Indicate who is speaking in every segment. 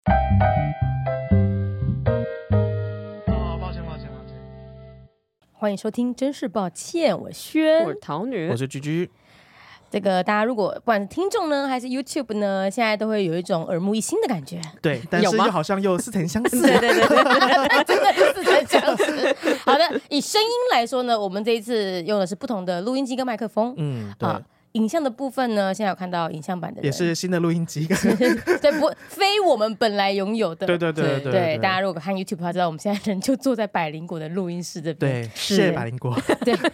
Speaker 1: 哦
Speaker 2: 欢迎收听，真是抱歉，我轩
Speaker 3: 我。是桃女
Speaker 1: 我，是居居，
Speaker 2: 这个大家如果不管是听众呢，还是 YouTube 呢，现在都会有一种耳目一新的感觉。
Speaker 1: 对，但
Speaker 3: 有
Speaker 1: 是
Speaker 3: 吗
Speaker 1: 又好 像又似曾相识。
Speaker 3: 对对对 对，
Speaker 2: 真的是在这样子。好的，以声音来说呢，我们这一次用的是不同的录音机跟麦克风。
Speaker 1: 嗯，对，
Speaker 2: 啊影像的部分呢，现在有看到影像版的人
Speaker 1: 也是新的录音机。
Speaker 2: 对不非我们本来拥有的。
Speaker 1: 对对对
Speaker 3: 对
Speaker 1: 对
Speaker 2: 对大家如果看 YouTube 的话，知道我们现在人就坐在百灵果的录音室这
Speaker 1: 对，
Speaker 2: 边。是
Speaker 1: 谢谢百灵果。
Speaker 2: 对不，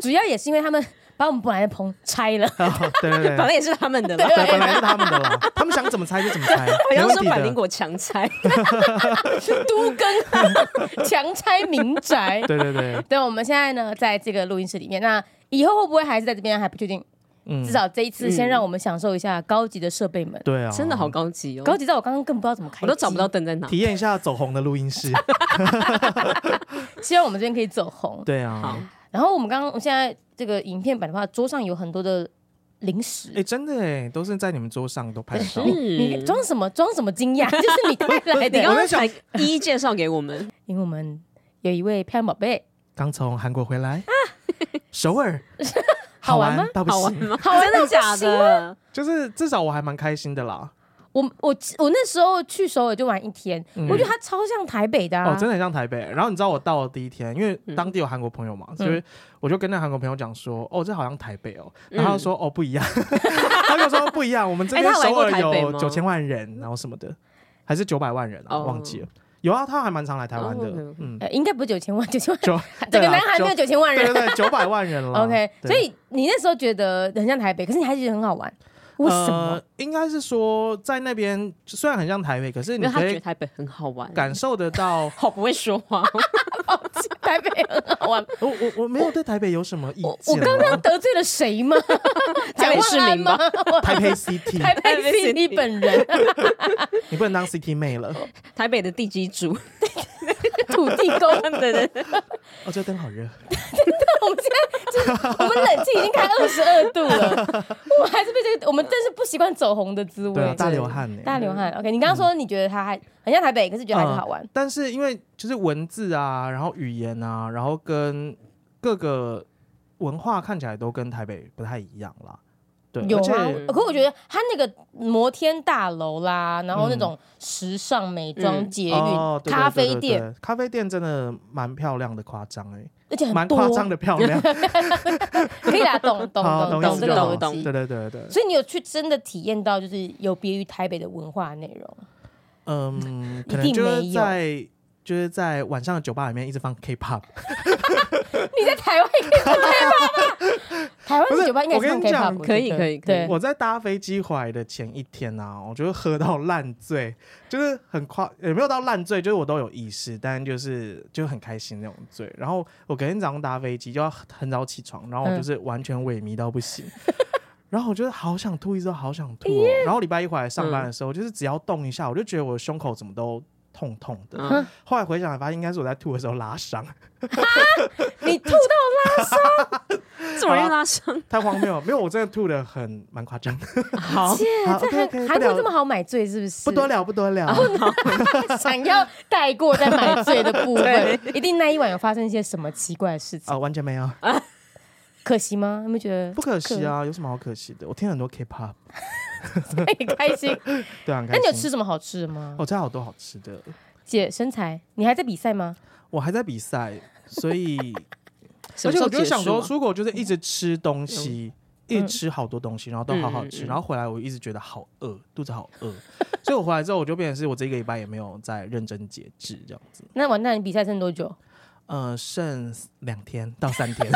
Speaker 2: 主要也是因为他们把我们本来的棚拆了。
Speaker 1: 哦对对对，
Speaker 3: 本来也是他们的啦。
Speaker 1: 对，本来是他们的 啦，他们想怎么猜就怎么猜，
Speaker 3: 我
Speaker 1: 没
Speaker 3: 要
Speaker 1: 问
Speaker 3: 说
Speaker 1: 题
Speaker 3: 百灵
Speaker 1: 的。
Speaker 3: 果 强拆，
Speaker 2: 都跟啊强拆民宅。
Speaker 1: 对对对，
Speaker 2: 对，我们现在呢，在这个录音室里面，那以后会不会还是在这边还不确定，
Speaker 1: 嗯
Speaker 2: 至少这一次
Speaker 3: 嗯
Speaker 2: 先让我们享受一下高级的设备们。
Speaker 1: 对啊，
Speaker 3: 真的好高级哦，
Speaker 2: 高级到我刚刚更不知道怎么开，
Speaker 3: 我都找不到。灯在哪。
Speaker 1: 体验一下走红的录音室。
Speaker 2: 希望我们这边可以走红。
Speaker 1: 对
Speaker 3: 好
Speaker 1: 啊，，
Speaker 2: 然后我们刚刚我现在这个影片版的话，桌上有很多的零食。
Speaker 1: 哎，真的哎，都是在你们桌上都拍得到
Speaker 3: 是。
Speaker 2: 你装什么装什么惊讶？就是你带来
Speaker 3: 嗯哎你
Speaker 2: 的
Speaker 3: 刚，
Speaker 1: 我
Speaker 3: 刚
Speaker 1: 在想
Speaker 3: 才一一介绍给 我们，
Speaker 2: 因为我们有一位漂亮宝贝，
Speaker 1: 刚从韩国回来，首尔
Speaker 2: 好玩吗
Speaker 1: 哦到不
Speaker 3: 啊 好玩
Speaker 1: 行，
Speaker 3: 吗？
Speaker 2: 好玩
Speaker 3: 真的假的？
Speaker 1: 就是至少我还蛮开心的啦。
Speaker 2: 我我我那时候去首尔就玩一天，
Speaker 1: 嗯
Speaker 2: 我觉得它超像台北的、啊嗯
Speaker 1: 哦，真的很像台北。然后你知道我到了第一天，因为当地有韩国朋友嘛，所以我就跟那韩国朋友讲说，哦，这好像台北哦。然
Speaker 2: 嗯
Speaker 1: 后他说，哦，不一样。 他就说不一样，我们这
Speaker 3: 哎
Speaker 1: 边
Speaker 3: 他来
Speaker 1: 首
Speaker 3: 过
Speaker 1: 尔
Speaker 3: 台北
Speaker 1: 有
Speaker 3: 吗
Speaker 1: 九千万人，然后什么的，还是九百万人啊，
Speaker 3: 哦
Speaker 1: 忘记了。有啊，他还蛮常来台湾的
Speaker 3: 哦，OK，OK，
Speaker 1: 嗯，
Speaker 2: 呃，应该不是九千万，九千万，
Speaker 1: 九
Speaker 2: 整
Speaker 1: 对
Speaker 2: 个
Speaker 1: 啊
Speaker 2: 南韩没有
Speaker 1: 九
Speaker 2: 九千万
Speaker 1: 对对
Speaker 2: 人。
Speaker 1: 对，九百万人了。
Speaker 2: OK，
Speaker 1: 对
Speaker 2: 所以你那时候觉得很像台北，可是你还是觉得很好 玩，为什么
Speaker 1: 呃？应该是说在那边虽然很像台北，可是
Speaker 3: 因
Speaker 1: 你
Speaker 3: 为他
Speaker 1: 可
Speaker 3: 觉得
Speaker 1: 以
Speaker 3: 台北很好玩，
Speaker 1: 感受得 到。哦
Speaker 3: 好不会说话。
Speaker 2: 台北很好玩，
Speaker 1: 我我我没有对台北有什么意见啊
Speaker 2: 我。我刚刚得罪了 谁吗？
Speaker 3: 台北市
Speaker 2: 蒋万安
Speaker 3: 民
Speaker 2: 吗
Speaker 3: 吧？
Speaker 1: 台北 CT，
Speaker 2: 台北
Speaker 3: 台北
Speaker 2: 市
Speaker 3: 市
Speaker 2: 你
Speaker 3: 民
Speaker 2: 本人
Speaker 1: 你不能当 CT 妹 了。
Speaker 3: 台北的地基 主，
Speaker 2: 土地公，
Speaker 3: 对对对，
Speaker 1: 哦，这灯好热。
Speaker 2: 我们现在就是我们冷气已经开二十二 度了，我还是被这个，我们真是不习惯走红的滋味
Speaker 1: 对啊，。大
Speaker 3: 对
Speaker 1: 流汗呢。
Speaker 2: 大流汗。OK，你刚刚说你觉得它还很像台北，可是觉得
Speaker 1: 嗯
Speaker 2: 还是好玩。
Speaker 1: 但是因为就是文字啊，然后语言啊，然后跟各个文化看起来都跟台北不太一样啦。对，
Speaker 2: 有
Speaker 1: 而
Speaker 2: 啊
Speaker 1: 且，
Speaker 2: 可我觉得它那个摩天大楼啦，然后那种时尚美妆、
Speaker 3: 嗯
Speaker 2: 捷运、
Speaker 1: 哦，对对对
Speaker 2: 咖啡
Speaker 1: 对
Speaker 2: 店，
Speaker 1: 对咖啡店真的蛮漂亮的，夸张哎，
Speaker 2: 而且很
Speaker 1: 蛮
Speaker 2: 多，
Speaker 1: 夸张的漂 亮。
Speaker 2: 可以啦，懂懂
Speaker 1: 好懂
Speaker 2: 懂懂
Speaker 1: 意
Speaker 2: 这
Speaker 1: 思
Speaker 2: 个
Speaker 1: 懂
Speaker 2: 逻
Speaker 3: 懂
Speaker 2: 辑
Speaker 1: 对。对对对，
Speaker 2: 所以你有去真的体验到，就是有别于台北的文化内容。
Speaker 1: 嗯，可能
Speaker 2: 一定
Speaker 1: 就
Speaker 2: 没有
Speaker 1: 是在就是在晚上的酒吧里面一直放 K-pop，
Speaker 2: 你在台湾也可以放 K-pop 吧？台湾
Speaker 1: 不
Speaker 2: 的
Speaker 1: 是
Speaker 2: 酒吧应该
Speaker 1: 我跟
Speaker 2: 放
Speaker 1: 你
Speaker 2: K-pop，
Speaker 1: 讲
Speaker 2: 我觉得
Speaker 3: 可以可以可以
Speaker 2: 对
Speaker 1: 我在搭飞机回来的前一天啊，我就喝到烂醉， 就是很夸，也没有到烂醉，就是我都有意识，但就是就很开心那种醉。然后我隔天早上搭飞机就要很早起床，然
Speaker 2: 嗯
Speaker 1: 后我就是完全萎靡到不 行。然后我就是好想吐，一直都好想吐、哦。然后礼拜一回来上班的
Speaker 2: 嗯
Speaker 1: 时候，就是只要动一下，我就觉得我的胸口怎么都痛痛的。
Speaker 3: 嗯
Speaker 1: 后来回想，发现应该是我在吐的时候拉伤，
Speaker 2: 你吐到
Speaker 3: 这么容易拉伤，
Speaker 1: 太荒谬了。没有，我真的吐的很蛮夸张，
Speaker 3: 好，
Speaker 2: 界，
Speaker 1: 好啊
Speaker 2: 在
Speaker 1: OK，OK，
Speaker 2: 韩
Speaker 1: 不聊
Speaker 2: 韩国啊这么好哦买醉，是不是？
Speaker 1: 不多聊，不多聊。
Speaker 2: 想要带过在买醉的部分，一定那一晚有发生一些什么奇怪的事情，
Speaker 1: 啊、完全没有。
Speaker 2: 可惜吗？你们觉得
Speaker 1: 不可惜啊，有什么好可惜的？我听很多 K-pop，
Speaker 2: 可以开心？
Speaker 1: 对啊，很开心
Speaker 2: 那
Speaker 1: 哦
Speaker 2: 你有吃？什么好吃的吗？
Speaker 1: 我吃好多好吃的，
Speaker 2: 姐身材，你还在比赛吗？
Speaker 1: 我还在比赛，所以
Speaker 3: 什
Speaker 1: 而
Speaker 3: 么
Speaker 1: 且
Speaker 3: 时
Speaker 1: 我
Speaker 3: 候
Speaker 1: 就
Speaker 3: 结
Speaker 1: 想
Speaker 3: 束
Speaker 1: 说，
Speaker 3: 啊？
Speaker 1: 出国就是一直吃东西，一直吃好多东西，然后都好好
Speaker 3: 嗯
Speaker 1: 吃，
Speaker 3: 嗯嗯
Speaker 1: 然后回来我一直觉得好饿，肚子好 饿，所以我回来之后我就变成是我这一个礼拜也没有再认真节制这样子，
Speaker 2: 那完蛋，你比赛剩多久？
Speaker 1: 呃，剩两天到三天，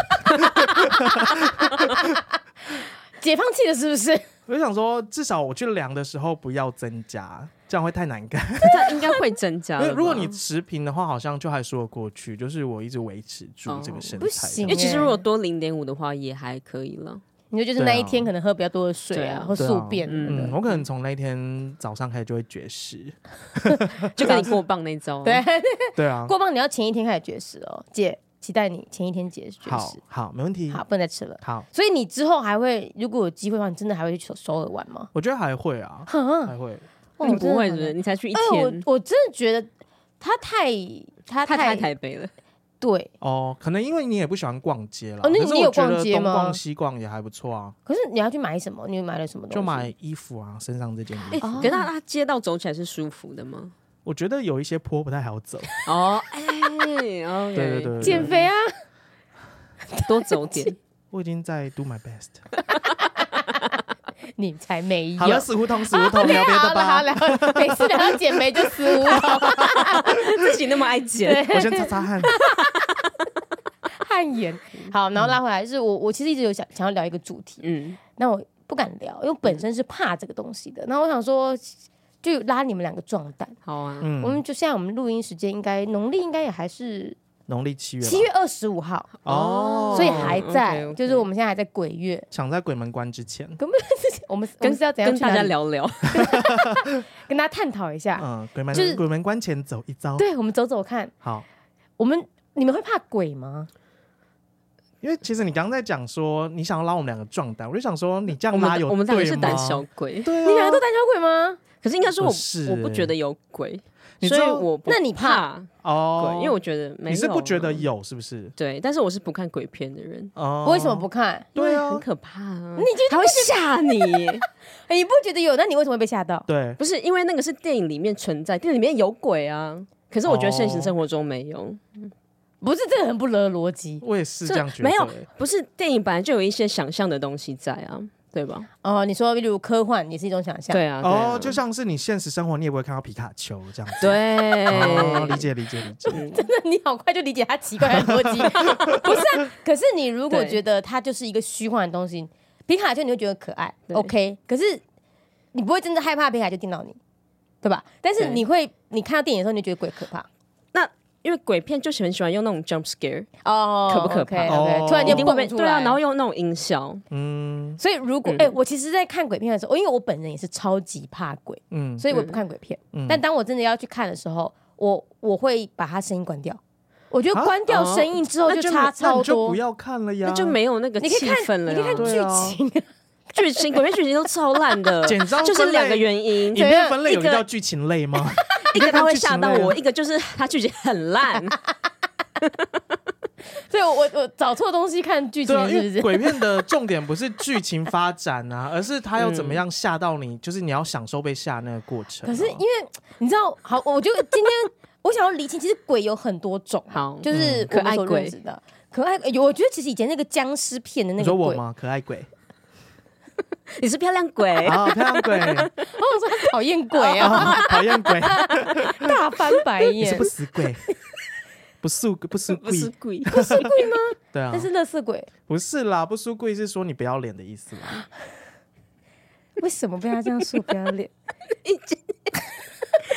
Speaker 2: 解放气了是不是？
Speaker 1: 我就想说至少我去量的时候不要增加，这样会太难看。
Speaker 3: 它应该会增加
Speaker 1: 因
Speaker 3: 的
Speaker 1: 为
Speaker 3: 吧。
Speaker 1: 如果你持平的话，好像就还说得过去，就是我一直维持住这个
Speaker 3: 哦
Speaker 1: 身
Speaker 2: 不
Speaker 1: 材这
Speaker 2: 行
Speaker 1: 样
Speaker 2: 欸
Speaker 3: 因
Speaker 1: 子。
Speaker 3: 为其实如果多零点五的话，也还可以 了。
Speaker 2: 你说就是
Speaker 1: 对啊
Speaker 2: 那一天可能喝比较多的水啊，
Speaker 3: 对啊
Speaker 2: 或宿便什么
Speaker 1: 嗯，
Speaker 2: 的。
Speaker 1: 我可能从那天早上开始就会绝食。
Speaker 3: 就跟你过磅那
Speaker 1: 嗯
Speaker 3: 招、啊，
Speaker 2: 对，，
Speaker 1: 对啊，
Speaker 2: 过磅你要前一天开始绝食哦，姐期待你前一天节绝
Speaker 1: 好
Speaker 2: 食，
Speaker 1: 好，没问题。
Speaker 2: 好，不能再吃了。
Speaker 1: 好，
Speaker 2: 所以你之后还会，如果有机会的话，你真的还会去首首尔玩吗？
Speaker 1: 我觉得还会 啊，
Speaker 2: 哼，
Speaker 1: 还会。
Speaker 2: 哇
Speaker 3: 你
Speaker 2: 哦我真
Speaker 3: 不
Speaker 2: 的
Speaker 3: 会
Speaker 2: 好
Speaker 3: 是不
Speaker 2: 难
Speaker 3: 是？你才去一
Speaker 2: 哎，
Speaker 3: 天，
Speaker 1: 哎
Speaker 2: 我我真的觉得他太他
Speaker 3: 他
Speaker 2: 太
Speaker 3: 太台北了，
Speaker 2: 对，
Speaker 1: 哦，可能因为你也不喜欢逛街了。
Speaker 2: 哦那
Speaker 1: 可是
Speaker 2: 你有
Speaker 1: 我觉
Speaker 2: 逛
Speaker 1: 得
Speaker 2: 街
Speaker 1: 东
Speaker 2: 吗
Speaker 1: 逛西逛也还不错啊，
Speaker 2: 可是你要去买什么？你买了什么东西？
Speaker 1: 就买衣服啊，身上这件
Speaker 3: 哎、
Speaker 1: 衣服，
Speaker 2: 哦
Speaker 3: 可是他他街道走起来是舒服的吗？
Speaker 1: 我觉得有一些坡不太好走。
Speaker 3: 哦，哎、o k
Speaker 1: 对对对，对
Speaker 2: 减，肥啊！
Speaker 3: 多走 点。
Speaker 1: 我已经在 do my best。
Speaker 2: 你才没有。
Speaker 1: 好了，死胡同，死胡同，聊别
Speaker 2: 好
Speaker 1: 的
Speaker 2: 了好
Speaker 1: 吧。
Speaker 2: 了，好了每次聊到减肥就 死无头
Speaker 3: 自己那么爱剪，
Speaker 2: 对
Speaker 1: 我先擦擦汗。
Speaker 2: 汗颜。好，然后拉回来，就是我我其实一直有想想要聊一个主题，
Speaker 3: 嗯，
Speaker 2: 那我不敢聊，因为我本身是怕这个东西的。那我想说，就拉你们两个壮胆。
Speaker 3: 好啊，
Speaker 1: 嗯，
Speaker 2: 我们就现在我们录音时间应该农历应该也还是
Speaker 1: 农历七月吧。
Speaker 2: 七月二十五号，
Speaker 1: 哦，
Speaker 2: 所以还在，
Speaker 3: OK，OK
Speaker 2: 就是我们现在还在鬼月。
Speaker 1: 抢在鬼门关之前。
Speaker 2: 我们我
Speaker 3: 跟
Speaker 2: 们是要怎样
Speaker 3: 跟
Speaker 2: 去
Speaker 3: 大
Speaker 2: 哪
Speaker 3: 家
Speaker 2: 里，
Speaker 3: 聊聊。
Speaker 2: 跟大家探讨一
Speaker 3: 啊
Speaker 2: 下。
Speaker 1: 嗯，鬼门
Speaker 2: 就是
Speaker 1: 鬼门关前走一遭。
Speaker 2: 对，我们走走看。
Speaker 1: 好，
Speaker 2: 我们你们会怕鬼吗？
Speaker 1: 因为其实你刚刚在讲说你想要拉我们两个壮胆，我就想说你这
Speaker 3: 我
Speaker 1: 样拉
Speaker 3: 们
Speaker 1: 有
Speaker 3: 我们两个
Speaker 1: 对
Speaker 3: 是
Speaker 1: 吗
Speaker 3: 胆小鬼，
Speaker 1: 对啊，
Speaker 2: 你们两个都胆小鬼吗？
Speaker 3: 可是应该说我
Speaker 1: 不是
Speaker 3: 我不觉得有鬼，
Speaker 1: 你知
Speaker 3: 所以
Speaker 1: 道
Speaker 3: 我不
Speaker 2: 那你怕
Speaker 3: 怕鬼，
Speaker 1: 哦，
Speaker 3: 因为我觉得没有啊
Speaker 1: 你是不觉得有是不是？
Speaker 3: 对，但是我是不看鬼片的人，
Speaker 1: 哦，
Speaker 2: 为什么不？看？
Speaker 1: 对啊
Speaker 3: 很可怕啊！
Speaker 2: 你就
Speaker 3: 还会吓你，
Speaker 2: 哎你不觉得有？那你为什么会被吓到？
Speaker 1: 对，
Speaker 3: 不是因为那个是电影里面存在，电影里面有鬼啊。可是我觉得现实
Speaker 1: 哦
Speaker 3: 生活中没有，
Speaker 2: 不是这个很不合逻辑
Speaker 1: 我也是这样觉得。
Speaker 3: 没有，不是电影本来就有一些想象的东西在啊，对吧？
Speaker 2: 哦。你说，例如科幻也是一种想 象，
Speaker 3: 对啊，对啊
Speaker 1: 哦，就像是你现实生活你也不会看到皮卡丘这样子。哦理
Speaker 3: 对，嗯
Speaker 1: 解理解理解。
Speaker 2: 真的你好快就理解他奇怪的逻 辑，不是、啊？可是你如果
Speaker 3: 对
Speaker 2: 觉得它就是一个虚幻的东西，皮卡丘你会觉得可爱
Speaker 3: 对
Speaker 2: ，OK？可是你不会真的害怕皮卡丘叮到你，对吧？但是
Speaker 3: 对
Speaker 2: 你会，你看到电影的时候，你就觉得鬼可怕
Speaker 3: 因为鬼片就是很喜欢用那种 jump scare，
Speaker 2: 哦，
Speaker 3: 可不可怕
Speaker 2: OK，OK，
Speaker 1: 哦
Speaker 2: 突然
Speaker 3: 一
Speaker 2: 间
Speaker 3: 定会被
Speaker 2: 蹦出
Speaker 3: 对
Speaker 2: 来，
Speaker 3: 啊，然后用那种音效，
Speaker 1: 嗯
Speaker 2: 所以如果
Speaker 3: 嗯
Speaker 2: 哎、我其实，在看鬼片的时候，因为我本人也是超级怕鬼，
Speaker 1: 嗯
Speaker 2: 所以我也不看鬼片。
Speaker 1: 嗯
Speaker 2: 但当我真的要去看的时候，我我会把它声音关掉。我觉得
Speaker 1: 啊
Speaker 2: 关掉声音之后
Speaker 1: 那就
Speaker 2: 差
Speaker 1: 那
Speaker 2: 超
Speaker 1: 你就
Speaker 2: 多。
Speaker 1: 不要看了呀，
Speaker 3: 那就没有那个
Speaker 2: 你可以
Speaker 3: 气氛
Speaker 2: 看，
Speaker 3: 了
Speaker 2: 你可以看
Speaker 3: 啊。
Speaker 1: 对啊
Speaker 2: 剧情，
Speaker 3: 剧情鬼片剧情都超烂的，
Speaker 1: 简章
Speaker 3: 就是
Speaker 1: 分类
Speaker 3: 两个原因
Speaker 1: 影，片分类有
Speaker 3: 一
Speaker 1: 个
Speaker 3: 个
Speaker 1: 叫剧情类吗？
Speaker 3: 一个他会吓到
Speaker 1: 你可以看剧情类
Speaker 3: 我，
Speaker 1: 啊
Speaker 3: 一个就是他剧情很烂。
Speaker 2: 所以我我我找错东西看剧 情
Speaker 1: 对啊，因
Speaker 2: 是不
Speaker 1: 为
Speaker 2: 是？
Speaker 1: 鬼片的重点不是剧情发展啊，而是它要怎么样吓到你，就是你要享受被吓那个过程啊。
Speaker 2: 可是因为你知道，好，我就今天我想要厘清，其实鬼有很多种，
Speaker 3: 好
Speaker 2: 就是
Speaker 3: 嗯
Speaker 2: 我们
Speaker 3: 可爱
Speaker 2: 所
Speaker 3: 鬼
Speaker 2: 认识的可爱鬼。有我觉得其实以前那个僵尸片的那
Speaker 1: 你
Speaker 2: 个
Speaker 1: 说我
Speaker 2: 鬼，
Speaker 1: 吗？可爱鬼
Speaker 3: 你是漂亮 鬼，
Speaker 1: 啊，漂亮鬼
Speaker 2: 我想说他讨厌鬼啊，
Speaker 1: 啊，讨厌 鬼，
Speaker 2: 大翻白
Speaker 1: 啊 你是
Speaker 2: 眼
Speaker 1: 不，死 鬼，不速不速
Speaker 3: 不是
Speaker 1: 鬼，
Speaker 3: 鬼，
Speaker 1: 对啊
Speaker 2: 但，是乐色鬼
Speaker 1: 不是啦，不输贵是说你不要脸的意思 啦。
Speaker 2: 为什么被他这样说不要 脸？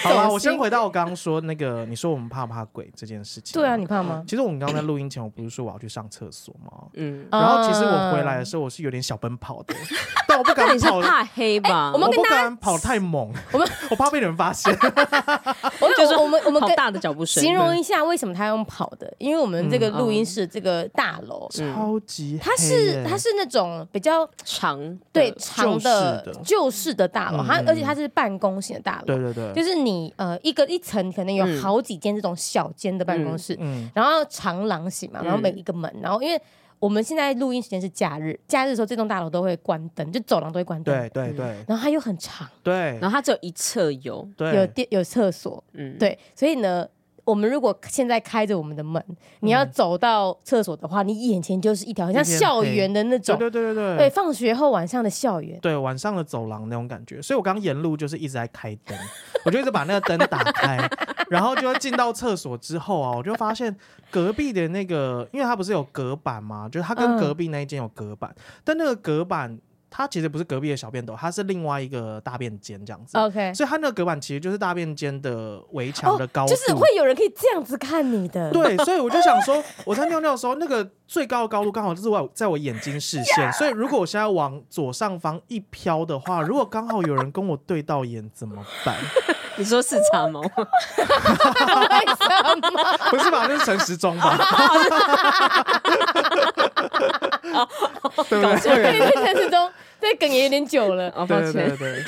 Speaker 1: 好啦，
Speaker 2: 走心
Speaker 1: 我先回到我刚刚说那个，你说我们怕不怕鬼这件事情。
Speaker 2: 对啊，你怕吗？
Speaker 1: 其实我们刚刚在录音前，我不是说我要去上厕所吗？
Speaker 3: 嗯，
Speaker 1: 然后其实我回来的时候，我是有点小奔跑 的，但我不
Speaker 3: 那
Speaker 1: 敢
Speaker 3: 你是
Speaker 1: 跑，
Speaker 3: 怕黑吧？
Speaker 2: 我们
Speaker 1: 我
Speaker 2: 跟
Speaker 1: 不
Speaker 2: 大家
Speaker 1: 敢跑太猛，
Speaker 2: 我们
Speaker 1: 我怕被人发 现。
Speaker 2: 我
Speaker 3: 就是
Speaker 2: 我们我们
Speaker 3: 好
Speaker 2: 跟
Speaker 3: 大的脚步声，
Speaker 2: 形容一下为什么他用跑的，因为我们
Speaker 1: 嗯
Speaker 2: 这个录音室这个大楼，
Speaker 3: 嗯
Speaker 1: 超级黑耶，
Speaker 2: 它
Speaker 1: 嗯
Speaker 2: 是它是那种比较
Speaker 3: 长，
Speaker 2: 对长
Speaker 1: 旧式的
Speaker 2: 的旧式的大楼，
Speaker 1: 嗯
Speaker 2: 它
Speaker 1: 嗯
Speaker 2: 而且它是办公型的大
Speaker 1: 对
Speaker 2: 楼，
Speaker 1: 对对，
Speaker 2: 就是你呃一个一层可能有
Speaker 3: 嗯
Speaker 2: 好几间这种小间的办公室，
Speaker 1: 嗯
Speaker 2: 然后长廊型嘛，然后
Speaker 3: 嗯
Speaker 2: 每一个门，然后因为我们现在录音时间是假日，假日的时候这栋大楼都会关灯，就走廊都会关灯，
Speaker 1: 对对对
Speaker 2: 然后它又很长，
Speaker 1: 对
Speaker 3: 然后它只有一侧有，
Speaker 1: 对，
Speaker 2: 嗯有电有厕所，
Speaker 3: 嗯，，
Speaker 2: 对，所以呢，我们如果现在开着我们的门，你要走到厕所的话，你眼前就是一条很像
Speaker 1: 一片
Speaker 2: 校
Speaker 1: 黑
Speaker 2: 园的那
Speaker 1: 对
Speaker 2: 种，
Speaker 1: 对对对
Speaker 2: 对，
Speaker 1: 对。
Speaker 2: 放学后晚上的校园。
Speaker 1: 对晚上的走廊那种感觉，所以我刚刚沿路就是一直在开灯， 我就一直把那个灯打 开，然后就进到厕所之后啊，我就发现隔壁的那个，因为它不是有隔板嘛，就是它跟
Speaker 2: 嗯
Speaker 1: 隔壁那一间有隔板，但那个隔板它其实不是隔壁的小便斗，它是另外一个大便间这样子，
Speaker 2: OK，
Speaker 1: 所以它那个隔板其实就是大便间的围墙的高度，
Speaker 2: 哦就是会有人可以这样子看你的，
Speaker 1: 对，所以我就想说，我在尿尿的时候，那个最高的高度刚好就是我在我眼睛视线，所以如果我现在往左上方一飘的话，如果刚好有人跟我对到眼怎么办？
Speaker 3: 你说是长毛，
Speaker 1: 啊
Speaker 2: 为什么？
Speaker 1: 不是吧？这是陈时中吧？
Speaker 2: 哦
Speaker 1: 对不
Speaker 3: 搞
Speaker 1: 对？
Speaker 3: 错
Speaker 2: 对
Speaker 3: 人，
Speaker 2: 对，陈世忠这梗也有点久了。
Speaker 3: 哦，
Speaker 1: 对
Speaker 3: 抱
Speaker 1: 对
Speaker 3: 歉，
Speaker 1: 对对，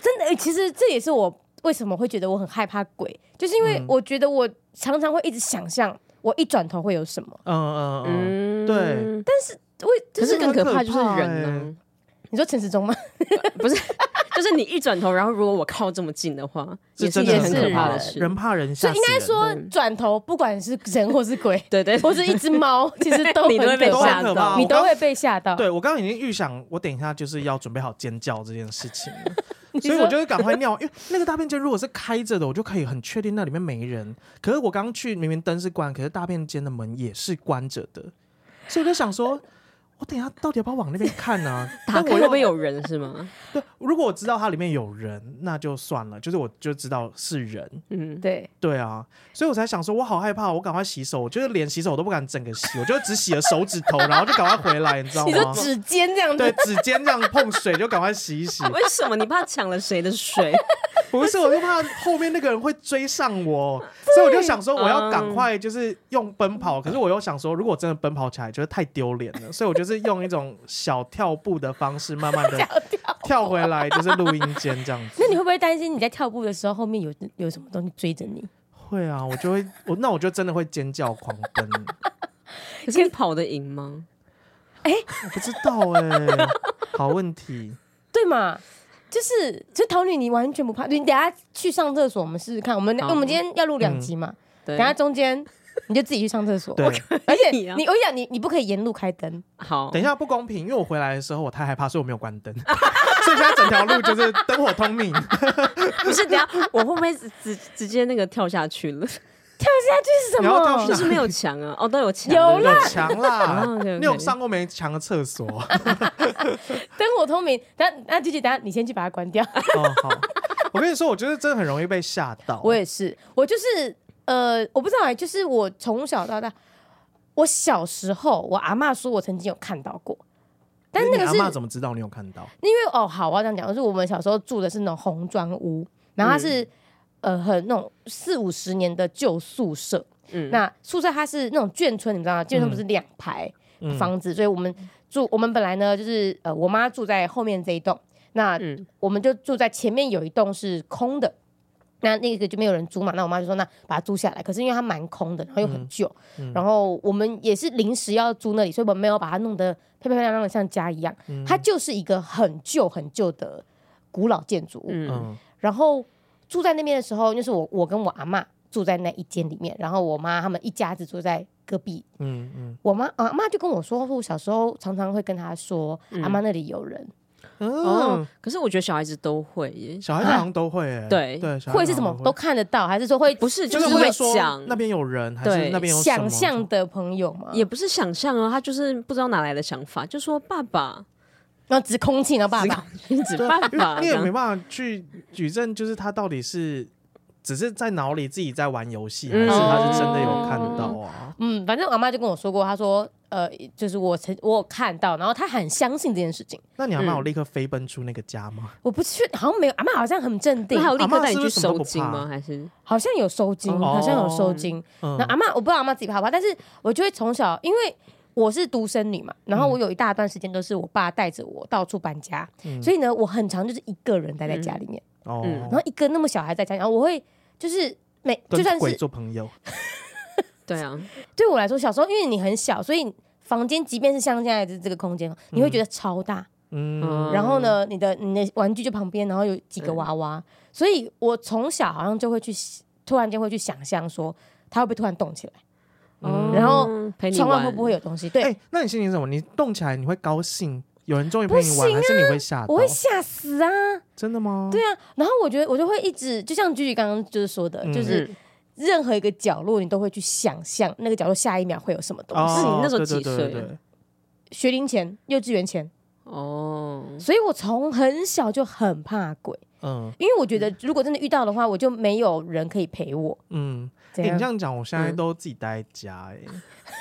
Speaker 2: 真的，其实这也是我为什么会觉得我很害怕鬼，就是因为
Speaker 1: 嗯
Speaker 2: 我觉得我常常会一直想象我一转头会有什么，
Speaker 1: 嗯嗯
Speaker 3: 嗯，
Speaker 1: 对
Speaker 3: 但
Speaker 2: 我就
Speaker 3: 可是
Speaker 2: 是
Speaker 3: 更可怕
Speaker 1: 很
Speaker 3: 就
Speaker 1: 可
Speaker 3: 是
Speaker 1: 怕
Speaker 3: 人
Speaker 1: 欸
Speaker 3: 呢、
Speaker 2: 你说陈时中吗？
Speaker 3: 不是，就是你一转头，然后如果我靠这么近的话，
Speaker 1: 这
Speaker 3: 也是
Speaker 1: 真的
Speaker 3: 一件
Speaker 1: 很
Speaker 3: 很可
Speaker 2: 可
Speaker 3: 怕
Speaker 2: 怕欸
Speaker 3: 的事。，
Speaker 1: 人怕人
Speaker 2: 所
Speaker 1: 吓死
Speaker 2: 以应该
Speaker 1: 人，
Speaker 2: 说转头，不管是人或是鬼
Speaker 3: 对对，
Speaker 2: 或是一只猫，其 实都很
Speaker 3: 你都会被
Speaker 2: 可怕
Speaker 3: 吓
Speaker 1: 都很可
Speaker 3: 到
Speaker 1: 怕。
Speaker 2: 你都会被吓到。
Speaker 1: 对我刚刚已经预想，我等一下就是要准备好尖叫这件事情了，
Speaker 2: 你
Speaker 1: 所以
Speaker 2: 说
Speaker 1: 我就会赶快尿，因为那个大便间如果是开着的，我就可以很确定那里面没人。可是我刚去，明明灯是关，可是大便间的门也是关着的，所以我就想说，我等一下到底要不要往那边看呢、啊？
Speaker 3: 打
Speaker 1: 但
Speaker 3: 开
Speaker 1: 我
Speaker 3: 会不
Speaker 1: 又
Speaker 3: 会有人是吗？
Speaker 1: 对，如果我知道它里面有人，那就算了，就是我就知道是人，
Speaker 3: 嗯，
Speaker 2: 对，
Speaker 1: 对啊，所以我才想说，我好害怕，我赶快洗手，我就是连洗手我都不敢整个洗，我就只洗了手指头，然后就赶快回来，你知道
Speaker 2: 你说
Speaker 1: 吗？
Speaker 2: 指尖 这样
Speaker 1: 哦对
Speaker 2: 子，，
Speaker 1: 指尖这样碰水就赶快洗一 洗。
Speaker 3: 为什么你怕抢了谁的水？
Speaker 1: 不是，我就怕后面那个人会追上 我，所以我就想说，我要赶快就是用奔跑。可是我又想说，如果我真的奔跑起来，就是太丢脸了，所以我就是用一种小跳步的方式，慢 慢的跳回来，就是录音间这样子
Speaker 2: 那。你会不会担心你在跳步的时候后面有有什么东西追着你？
Speaker 1: 会啊，我就会，我那我就真的会尖叫狂奔。
Speaker 3: 可是你跑得赢吗？
Speaker 1: 我不知道哎、 好问题。
Speaker 2: 对嘛？就是，就桃女，你完全不怕。你等一下去上厕所，我们试试看。我们
Speaker 3: 好
Speaker 2: 我们今天要录两集嘛，
Speaker 3: 对
Speaker 2: 等一，下中间你就自己去上厕所。
Speaker 1: 嗯对，
Speaker 2: 而且
Speaker 3: 以啊
Speaker 2: 你我跟你讲，你你不可以沿路开灯，
Speaker 3: 好，
Speaker 1: 等一
Speaker 3: 下，
Speaker 1: 下不公平，因为我回来的时候我太害怕，所以我没有关灯， 所以现在整条路就是灯火通明。
Speaker 3: 不是等一下，我会不会直直直接那个跳下去了？
Speaker 2: 这是什
Speaker 1: 你要跳
Speaker 2: 么
Speaker 1: 下？
Speaker 3: 就是没有墙啊，哦，都有墙，
Speaker 2: 有
Speaker 3: 对
Speaker 2: 啦
Speaker 3: 不对
Speaker 1: 有墙 啦
Speaker 2: 哦
Speaker 3: 啊，OK，OK，
Speaker 1: 你有上过没墙的厕所？哦，
Speaker 2: 灯火通明。那那姐姐，等一下你先去把它关掉。
Speaker 1: 好。我跟你说，我觉得真的很容易被吓到。
Speaker 2: 我也是，我就是呃，我不知道哎、就是我从小到大，我小时候我阿嬷说我曾经有看到过，但是那个
Speaker 1: 哎你
Speaker 2: 是
Speaker 1: 阿妈怎么知道你有看到？
Speaker 2: 因为哦，好，我要这样讲，就是我们小时候住的是那种红砖屋，然
Speaker 1: 嗯
Speaker 2: 后它是、呃很那种四五十年的旧宿舍，
Speaker 3: 嗯，
Speaker 2: 那宿舍它是那种眷村，你们知道吗？眷村不是两排
Speaker 1: 嗯
Speaker 2: 房子，所以我们住，我们本来呢就是呃我妈住在后面这一栋，那
Speaker 3: 嗯
Speaker 2: 我们就住在前面有一栋是空的。那那个就没有人租嘛，那我妈就说那把它租下来。可是因为它蛮空的，然后又很旧，
Speaker 1: 嗯
Speaker 2: 然后我们也是临时要租那里，所以我们没有把它弄得漂漂亮亮的像家一样。
Speaker 1: 嗯
Speaker 2: 它就是一个很旧很旧的古老建筑物。
Speaker 3: 嗯
Speaker 1: 嗯
Speaker 2: 然后住在那边的时候，就是我我跟我阿嬷住在那一间里面，然后我妈他们一家子住在隔壁。
Speaker 1: 嗯嗯
Speaker 2: 我妈啊阿妈就跟我说，我小时候常常会跟她说，
Speaker 3: 嗯
Speaker 2: 阿妈那里有人，
Speaker 3: 哦
Speaker 1: 嗯，，
Speaker 3: 可是我觉得小孩子都会耶，
Speaker 1: 小孩子好像都会哎。
Speaker 3: 对
Speaker 1: 对，小孩子
Speaker 2: 会是什么
Speaker 1: 好像
Speaker 2: 都看得到，还是说会
Speaker 3: 不是
Speaker 1: 就
Speaker 3: 就是是
Speaker 1: 会
Speaker 3: 会
Speaker 1: 说
Speaker 3: 讲
Speaker 1: 那边有人，还是
Speaker 3: 对
Speaker 1: 那边有什么
Speaker 2: 想象的朋友吗？
Speaker 3: 也不是想象啊，他就是不知道哪来的想法，就说爸爸，
Speaker 2: 然后只空气，然后爸爸
Speaker 3: 一直
Speaker 1: 对啊因为你
Speaker 3: 爸爸，这
Speaker 1: 也
Speaker 3: 样
Speaker 1: 没办法去举证，就是他到底是只是在脑里自己在玩游戏，还是他是真的有看到啊？
Speaker 2: 嗯，反正我阿妈就跟我说过，她说呃，就是我曾我有看到，然后她很相信这件事情。
Speaker 1: 那你阿妈有立刻飞奔出那个家吗？
Speaker 2: 我不确好像没有，阿妈好像很镇定
Speaker 3: 那还，有立
Speaker 1: 阿嬷
Speaker 3: 刻带你
Speaker 1: 是
Speaker 3: 去
Speaker 1: 不是什么都
Speaker 3: 收
Speaker 1: 不
Speaker 3: 金
Speaker 1: 怕
Speaker 3: 吗？还是
Speaker 2: 好像有收金，
Speaker 1: 哦
Speaker 2: 好像有收金。
Speaker 1: 嗯
Speaker 2: 那啊阿妈我不知道阿妈自己怕不怕，但是我就会从小，因为我是独生女嘛，然后
Speaker 3: 嗯
Speaker 2: 我有一大段时间都是我爸带着我到处搬家，
Speaker 1: 嗯
Speaker 2: 所以呢，我很常就是一个人待在家里面，
Speaker 1: 哦，
Speaker 3: 嗯
Speaker 2: 然后一个那么小孩在家里，然后我会就是每就
Speaker 1: 跟
Speaker 2: 算
Speaker 1: 鬼
Speaker 2: 是
Speaker 1: 做朋友，
Speaker 3: 对啊，
Speaker 2: 对我来说，小时候因为你很小，所以房间即便是像现在的这个空间，哦你会觉得超大。
Speaker 1: 嗯
Speaker 3: 嗯
Speaker 2: 然后呢，你的你的玩具就旁边，然后有几个娃娃，所以我从小好像就会去突然间会去想象说，它会不会突然动起来，
Speaker 1: 嗯
Speaker 2: 然后
Speaker 3: 嗯陪你
Speaker 2: 窗外
Speaker 3: 玩
Speaker 2: 会不会有东西？对，
Speaker 1: 哎、那你心情是什么？你动起来你会高兴，有人终于陪你玩，
Speaker 3: 啊
Speaker 1: 还是你会吓到？
Speaker 2: 我会吓死啊！
Speaker 1: 真的吗？
Speaker 2: 对啊，然后我觉得我就会一直，就像居居刚刚就是说的，
Speaker 1: 嗯
Speaker 2: 就是任何一个角落，你都会去想象那个角落下一秒会有什么东西。
Speaker 3: 是你那时候
Speaker 1: 哦对
Speaker 3: 几
Speaker 1: 对对
Speaker 3: 岁啊
Speaker 1: 对对
Speaker 2: 学龄前、幼稚园前，
Speaker 1: 嗯
Speaker 3: 哦，
Speaker 2: 所以我从很小就很怕鬼，
Speaker 1: 嗯
Speaker 2: 因为我觉得如果真的遇到的话，我就没有人可以陪我。
Speaker 1: 嗯，
Speaker 2: 怎
Speaker 1: 欸你
Speaker 2: 样
Speaker 1: 这样讲，我现在
Speaker 3: 嗯
Speaker 1: 都自己待在家、欸，哎、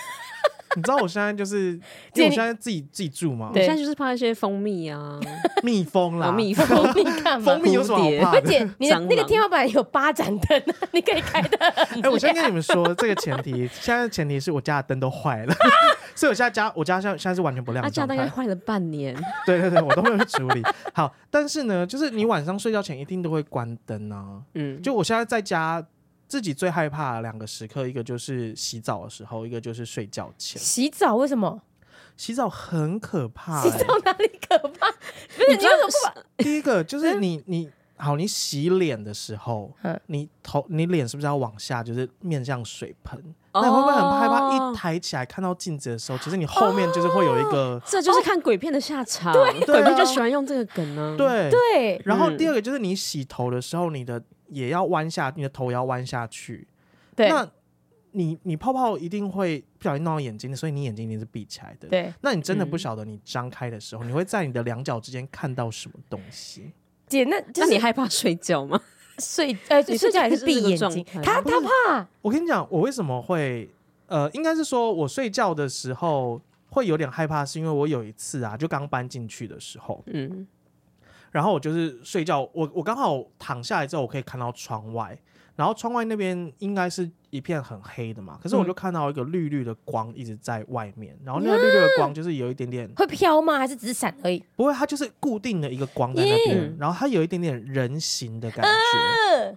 Speaker 1: 你知道我现在 就是，因为
Speaker 2: 姐
Speaker 1: 我
Speaker 2: 你
Speaker 1: 现在自己自己住嘛
Speaker 3: 我，
Speaker 2: 对
Speaker 3: 现在就是怕一些蜂蜜啊，
Speaker 1: 蜜蜂啦，
Speaker 3: 啊蜜蜂，
Speaker 2: 蜂蜜干嘛
Speaker 1: 蜂？蜜有什么
Speaker 3: 蝴蝶
Speaker 1: 好怕
Speaker 2: 而
Speaker 1: 的？
Speaker 2: 且你的
Speaker 3: 蟑
Speaker 2: 那个
Speaker 3: 螂
Speaker 2: 天花板有八盏灯，啊你可以开 的。
Speaker 1: 哎、我先跟你们说，这个前提， 现在前提是我家的灯都坏了， 所以我现在家我家现在现在是完全不亮
Speaker 3: 他
Speaker 1: 的
Speaker 3: 家
Speaker 1: 状
Speaker 3: 啊大
Speaker 1: 态。
Speaker 3: 概坏了半 年，
Speaker 1: 对对对，我都会去处理。好，但是呢，就是你晚上睡觉前一定都会关灯啊。
Speaker 3: 嗯，
Speaker 1: 就我现在在家，自己最害怕的两个时刻，一个就是洗澡的时候，一个就是睡觉前。
Speaker 2: 洗澡为什么？
Speaker 1: 洗澡很可
Speaker 3: 啊
Speaker 1: 怕、
Speaker 2: 洗
Speaker 1: 欸，
Speaker 2: 澡哪里可怕？不是你为什么不把？
Speaker 1: 第一个就是你你好，你洗脸的时候
Speaker 2: 啊嗯，
Speaker 1: 你头你脸是不是要往下，就是面向水盆？
Speaker 3: 哦
Speaker 1: 那你会不会很害怕？一抬起来看到镜子的时候，其实你后面就是会有一个、
Speaker 3: 这就是看鬼片的下场，
Speaker 1: 对
Speaker 3: 鬼
Speaker 1: 啊
Speaker 3: 片就喜欢用这个梗啊呢。，
Speaker 1: 对。啊
Speaker 2: 对，
Speaker 1: 然后
Speaker 3: 嗯
Speaker 1: 第二个就是你洗头的时候，你的也要弯下，你的头也要弯下去。
Speaker 2: 对
Speaker 1: 那你你泡泡一定会不小心弄到眼睛，所以你眼睛一定是闭起来的。
Speaker 2: 对，嗯
Speaker 1: 那你真的不晓得你张开的时候，你会在你的两脚之间看到什么东西？
Speaker 2: 姐那就
Speaker 3: 那你
Speaker 2: 是
Speaker 3: 害怕睡觉吗？
Speaker 2: 睡呃
Speaker 3: 你
Speaker 2: 睡觉也
Speaker 3: 就是是
Speaker 2: 闭
Speaker 3: 这个
Speaker 2: 眼
Speaker 3: 状
Speaker 2: 睛，
Speaker 3: 态
Speaker 2: 他他怕
Speaker 1: 我跟你讲，我为什么会呃，应该是说我睡觉的时候会有点害怕，是因为我有一次啊，就刚搬进去的时候，
Speaker 3: 嗯，
Speaker 1: 然后我就是睡觉，我我刚好躺下来之后，我可以看到窗外，然后窗外那边应该是一片很黑的嘛，可是我就看到一个绿绿的光一直在外面，然后那个绿绿的光就是有一点点，
Speaker 2: 会飘吗？还是只是闪而已？
Speaker 1: 不会，它就是固定的一个光在那边
Speaker 3: 嗯，
Speaker 1: 然后它有一点点人形的感觉，
Speaker 2: 呃，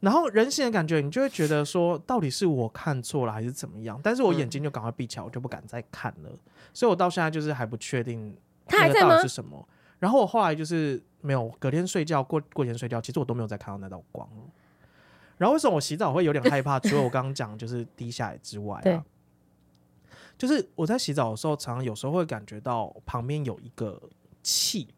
Speaker 1: 然后人形的感觉，你就会觉得说到底是我看错了还是怎么样，但是我眼睛就赶快闭起来，我就不敢再看了，所以我到现在就是还不确定
Speaker 2: 他还
Speaker 1: 那个
Speaker 2: 在
Speaker 1: 到
Speaker 2: 吗
Speaker 1: 底是？什么？然后我后来就是没有，隔天睡觉过过前睡觉，其实我都没有再看到那道光了。然后为什么我洗澡会有点害怕？除了我刚刚讲就是滴下来之外、
Speaker 2: 对
Speaker 1: 啊，就是我在洗澡的时候，常常有时候会感觉到旁边有一个气，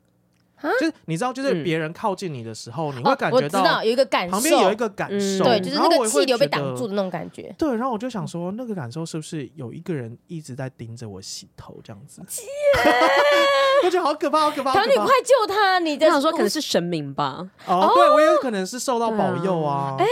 Speaker 2: 啊
Speaker 1: 就是你知道，就是
Speaker 3: 嗯
Speaker 1: 别人靠近你的时候，你
Speaker 2: 哦
Speaker 1: 会感
Speaker 2: 我
Speaker 1: 觉
Speaker 2: 知
Speaker 1: 到
Speaker 2: 道有一个感受，
Speaker 1: 旁边有一个感
Speaker 3: 嗯
Speaker 1: 受，
Speaker 2: 对，就是那
Speaker 1: 然后
Speaker 2: 个
Speaker 1: 我
Speaker 2: 气
Speaker 1: 会
Speaker 2: 流被
Speaker 1: 觉
Speaker 2: 挡
Speaker 1: 得
Speaker 2: 住的那种感觉。
Speaker 1: 对，然后我就想说，那个感受是不是有一个人一直在盯着我洗头这样子？我觉得好可怕，好可怕！好
Speaker 2: 唐女，
Speaker 1: 可
Speaker 2: 快
Speaker 1: 怕！
Speaker 2: 救他！你
Speaker 3: 我
Speaker 2: 的
Speaker 3: 想说可能是神明吧，
Speaker 1: 哦，对我也有可能是受到
Speaker 3: 对
Speaker 1: 保
Speaker 3: 啊
Speaker 1: 佑啊。哎，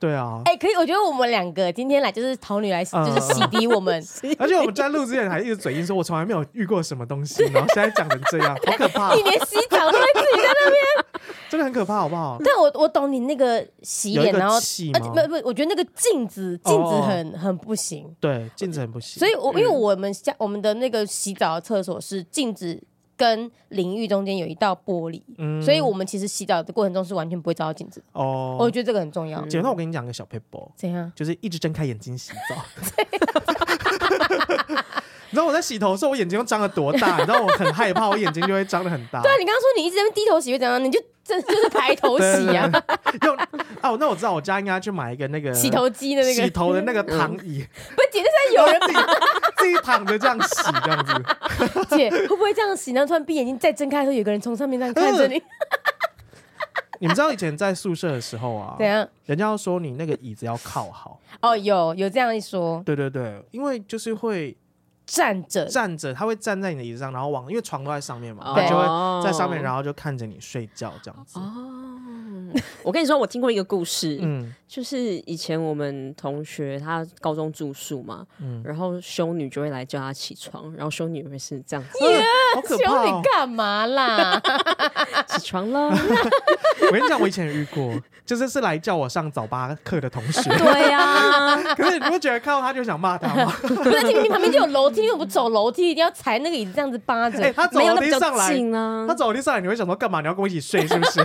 Speaker 1: 对啊，
Speaker 2: 哎，可以，我觉得我们两个今天来就是桃女来，
Speaker 1: 嗯
Speaker 2: 就是洗涤我们。
Speaker 1: 而且我们在录之前还一直嘴硬说，我从来没有遇过什么东西，然后现在讲成这样，好可怕
Speaker 2: 你，连洗澡都会自己在那边。
Speaker 1: 真的很可怕，好不好？
Speaker 2: 但我我懂你那个洗
Speaker 1: 有一
Speaker 2: 脸，然后
Speaker 1: 个
Speaker 2: 而
Speaker 1: 气
Speaker 2: 且
Speaker 1: 吗？哦
Speaker 2: 不不，我觉得那个镜子镜子很很不行。
Speaker 1: 对，镜子很不行。
Speaker 2: 呃所
Speaker 1: 以
Speaker 2: 以我因为我们家我们的那个洗澡的厕所是镜子跟淋浴中间有一道玻璃，
Speaker 1: 嗯
Speaker 2: 所以我们其实洗澡的过程中是完全不会照到镜子的。我
Speaker 1: 哦，
Speaker 2: 觉得这个很重要。
Speaker 1: 姐，那我跟你讲个小 paper，
Speaker 2: 怎样？
Speaker 1: 就是一直睁开眼睛洗澡。 你知道我在洗头的时候，我眼睛又张得多 大？你知道我很害怕，我眼睛就会张得很大。
Speaker 2: 对啊，你刚刚说你一直在那边低头洗会怎样？你就这就是排头洗啊，
Speaker 1: 对，用哦，那我知道，我家应该去买一个那个
Speaker 2: 洗头机的那
Speaker 1: 洗
Speaker 2: 个。
Speaker 1: 头的 那个躺椅，
Speaker 2: 不是姐，就算有人
Speaker 1: 自己自己躺着这样洗，这样子。
Speaker 2: 姐会不会这样洗？然后突然闭眼睛再睁开的时候，有个人从上面这样看着你，
Speaker 1: 你们知道以前在宿舍的时候啊
Speaker 2: 怎，样？
Speaker 1: 人家要说你那个椅子要靠好，
Speaker 2: 哦，有有这样一说，
Speaker 1: 对对对，因为就是会
Speaker 2: 站着。
Speaker 1: 站着，他会站在你的椅子上，然后往，因为床都在上面嘛，
Speaker 3: 哦
Speaker 1: 他就会在上面，然后就看着你睡觉这样子。
Speaker 3: 哦。我跟你说，我听过一个故事，
Speaker 1: 嗯
Speaker 3: 就是以前我们同学他高中住宿嘛，
Speaker 1: 嗯，
Speaker 3: 然后修女就会来叫他起床，然后修女会是这样子
Speaker 1: 好可
Speaker 2: 求
Speaker 1: 怕
Speaker 2: 你
Speaker 1: 哦！
Speaker 2: 干嘛啦？
Speaker 3: 起床了，
Speaker 1: 我跟你讲，我以前遇过，就是是来叫我上早八课的同学，
Speaker 3: 对啊呀、
Speaker 1: 可是你会觉得看到他就想骂他吗？
Speaker 2: 不是，而且你旁边就有楼梯，你怎么不走楼梯？一定要踩那个椅子这样子扒着
Speaker 1: 哎、。他走
Speaker 3: 没有
Speaker 1: 楼
Speaker 3: 那
Speaker 1: 梯
Speaker 3: 么
Speaker 1: 上
Speaker 3: 较
Speaker 1: 来，
Speaker 3: 近啊
Speaker 1: 他。走楼梯上来，你会想说干嘛？你要跟我一起睡是不是？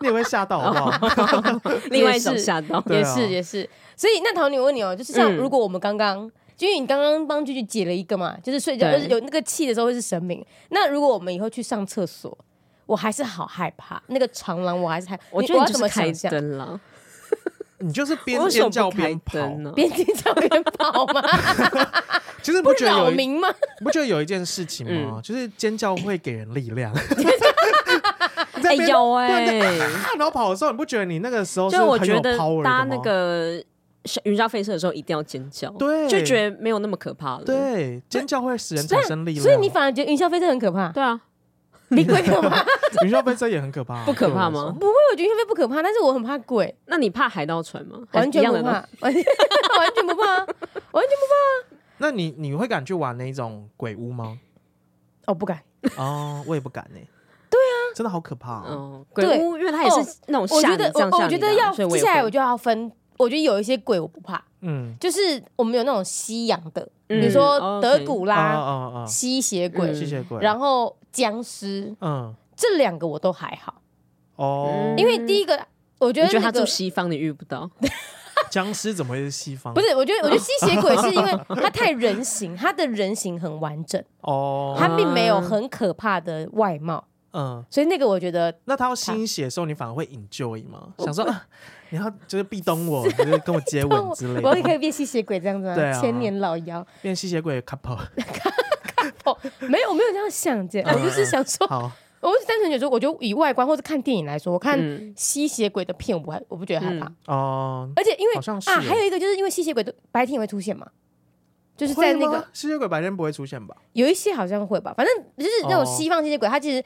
Speaker 1: 你也会吓到好不好？
Speaker 3: 另外一种
Speaker 2: 也是
Speaker 3: 吓到，
Speaker 1: 对
Speaker 2: 也
Speaker 1: 啊
Speaker 2: 是也是，所以那桃女我问你哦，就是像
Speaker 3: 嗯
Speaker 2: 如果我们刚刚，就因为你刚刚帮句句解了一个嘛，就是睡觉
Speaker 3: 对
Speaker 2: 就是有那个气的时候会是神明。那如果我们以后去上厕所，我还是好害怕那个长廊，我还是害，
Speaker 3: 我
Speaker 2: 你
Speaker 3: 觉得
Speaker 2: 要
Speaker 3: 你
Speaker 2: 怎
Speaker 3: 就
Speaker 2: 么
Speaker 3: 是开
Speaker 2: 想象？
Speaker 3: 灯了，
Speaker 1: 你就是边
Speaker 3: 为什
Speaker 1: 尖
Speaker 3: 么
Speaker 1: 叫
Speaker 3: 不开
Speaker 1: 边跑。
Speaker 3: 灯呢？
Speaker 2: 边尖叫边跑吗？
Speaker 1: 其实你
Speaker 2: 不
Speaker 1: 不
Speaker 2: 是
Speaker 1: 觉得
Speaker 2: 扰
Speaker 1: 有一
Speaker 2: 民吗？
Speaker 1: 你不觉得有一件事情吗？就是尖叫会给人力量。你在
Speaker 3: 哎
Speaker 1: 边
Speaker 3: 有哎、
Speaker 1: 对 啊然后跑的时候，你不觉得你那个时候是
Speaker 3: 就我
Speaker 1: 很有
Speaker 3: 觉得
Speaker 1: power 的
Speaker 3: 搭
Speaker 1: 吗？
Speaker 3: 那个云霄飞车的时候一定要尖叫，
Speaker 1: 对
Speaker 3: 就觉得没有那么可怕了。
Speaker 1: 对尖叫会使人
Speaker 2: 所以
Speaker 1: 产生力量，
Speaker 2: 所以你反而觉得云霄飞车很可怕，
Speaker 3: 对啊，
Speaker 2: 比鬼可 怕？
Speaker 1: 云霄飞车也很可怕啊，
Speaker 3: 不可
Speaker 1: 对
Speaker 3: 怕
Speaker 1: 我来
Speaker 3: 吗
Speaker 1: 说？？
Speaker 2: 不会，我觉得云霄飞不可怕，但是我很怕鬼，
Speaker 3: 那你怕海盗船吗？还 是
Speaker 2: 完全
Speaker 3: 一样
Speaker 2: 不
Speaker 3: 的
Speaker 2: 怕
Speaker 3: 呢，
Speaker 2: 完全完全不怕，完全不怕。
Speaker 1: 那你你会敢去玩那种鬼屋吗？
Speaker 2: 哦，不敢，
Speaker 1: 哦，我也不敢呢、对啊，真的好可怕、哦。
Speaker 3: 嗯，鬼
Speaker 2: 对
Speaker 3: 屋，因为它也是那种
Speaker 2: 我
Speaker 3: 吓
Speaker 2: 觉
Speaker 3: 你
Speaker 2: 得
Speaker 3: 这样
Speaker 2: 我
Speaker 3: 吓
Speaker 2: 我
Speaker 3: 你
Speaker 2: 觉
Speaker 3: 的
Speaker 2: 得
Speaker 3: 啊，
Speaker 2: 要
Speaker 3: 所以我
Speaker 2: 接
Speaker 3: 也
Speaker 2: 下来
Speaker 3: 会
Speaker 2: 我就要分，我觉得有一些鬼我不怕，
Speaker 1: 嗯，
Speaker 2: 就是我们有那种西洋的，
Speaker 3: 嗯
Speaker 2: 比如说
Speaker 3: 哦
Speaker 2: 德
Speaker 3: OK
Speaker 2: 古
Speaker 1: 啊
Speaker 2: 拉、
Speaker 1: 啊啊！
Speaker 2: 吸血鬼，
Speaker 3: 嗯
Speaker 1: 吸血鬼，
Speaker 2: 然后僵尸
Speaker 1: 嗯，
Speaker 2: 这两个我都还好，
Speaker 1: 哦，
Speaker 2: 因为第一个我觉
Speaker 3: 嗯你
Speaker 2: 得
Speaker 3: 觉
Speaker 2: 那
Speaker 3: 得他
Speaker 2: 个
Speaker 3: 住西方，你遇不到。
Speaker 1: 僵尸怎么会是西方？
Speaker 2: 不是，我觉得我觉得吸血鬼是因为它太人形，它的人形很完整，
Speaker 1: 哦，
Speaker 2: 它并没有很可怕的外貌，
Speaker 1: 嗯，
Speaker 2: 所以那个我觉得
Speaker 1: 那他要吸血的时候，你反而会 enjoy 吗？想说啊你要就是壁咚我，就是跟我接
Speaker 2: 但
Speaker 1: 吻
Speaker 2: 我
Speaker 1: 之类
Speaker 2: 哦 我也可
Speaker 1: 的，
Speaker 2: 以变吸血鬼这样子吗？
Speaker 1: 对啊
Speaker 2: 千年老妖
Speaker 1: 变吸血鬼 couple。
Speaker 2: 哦，没有我没有这样想着，
Speaker 1: 嗯
Speaker 2: 我就是想说，
Speaker 1: 好，
Speaker 2: 我是单纯觉得说，我觉得以外观或者看电影来说，我看
Speaker 3: 嗯
Speaker 2: 吸血鬼的片我不害，我不觉得害怕，
Speaker 3: 嗯
Speaker 1: 哦，
Speaker 2: 而且因为
Speaker 1: 好像是
Speaker 2: 啊，
Speaker 1: 耶
Speaker 2: 还有一个就是因为吸血鬼都白天也会出现嘛。就是
Speaker 1: 会
Speaker 2: 在那个
Speaker 1: 吗吸血鬼白天不会出现吧？
Speaker 2: 有一些好像会吧，反正就是那种
Speaker 1: 哦
Speaker 2: 西方吸血鬼，他其实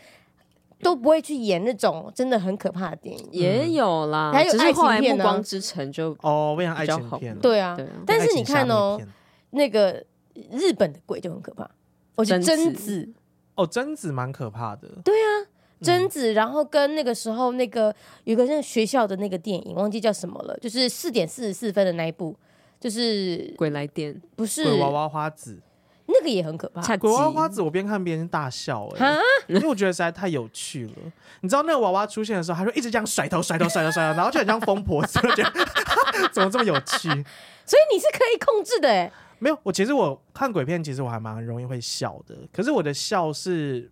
Speaker 2: 都不会去演那种真的很可怕的电影。
Speaker 3: 也嗯有啦，
Speaker 2: 还有
Speaker 3: 只
Speaker 2: 爱
Speaker 3: 是
Speaker 2: 情
Speaker 3: 后来《
Speaker 2: 片
Speaker 3: 暮
Speaker 2: 呢
Speaker 3: 光之城》就
Speaker 1: 哦，我想爱
Speaker 3: 比
Speaker 1: 情
Speaker 3: 较好
Speaker 1: 片，
Speaker 2: 对啊，
Speaker 3: 对啊
Speaker 2: 但
Speaker 1: 爱
Speaker 2: 是
Speaker 1: 情
Speaker 2: 你看
Speaker 1: 杀戮
Speaker 2: 哦，
Speaker 1: 片
Speaker 2: 那个日本的鬼就很可怕，我觉得贞
Speaker 3: 贞子
Speaker 2: 子，
Speaker 1: 哦，贞子蛮可怕的。
Speaker 2: 贞子，然后跟那个时候那个有个那个学校的那个电影，忘记叫什么了，就是四点四十四分的那一部，就是
Speaker 3: 鬼来电，
Speaker 2: 不是
Speaker 1: 鬼娃娃花子，
Speaker 2: 那个也很可怕。
Speaker 3: 恰
Speaker 1: 啊
Speaker 3: 吉
Speaker 1: 鬼娃娃花子，我边看边大笑哎、
Speaker 2: 哈
Speaker 1: 因为我觉得实在太有趣了。你知道那个娃娃出现的时候，他就一直这样甩头、甩头、甩头、甩头，然后就很像疯婆子，我觉得 怎么这么有趣？
Speaker 2: 所以你是可以控制 的哎，
Speaker 1: 没有，我其实我看鬼片，其实我还蛮容易会笑的。可是我的笑是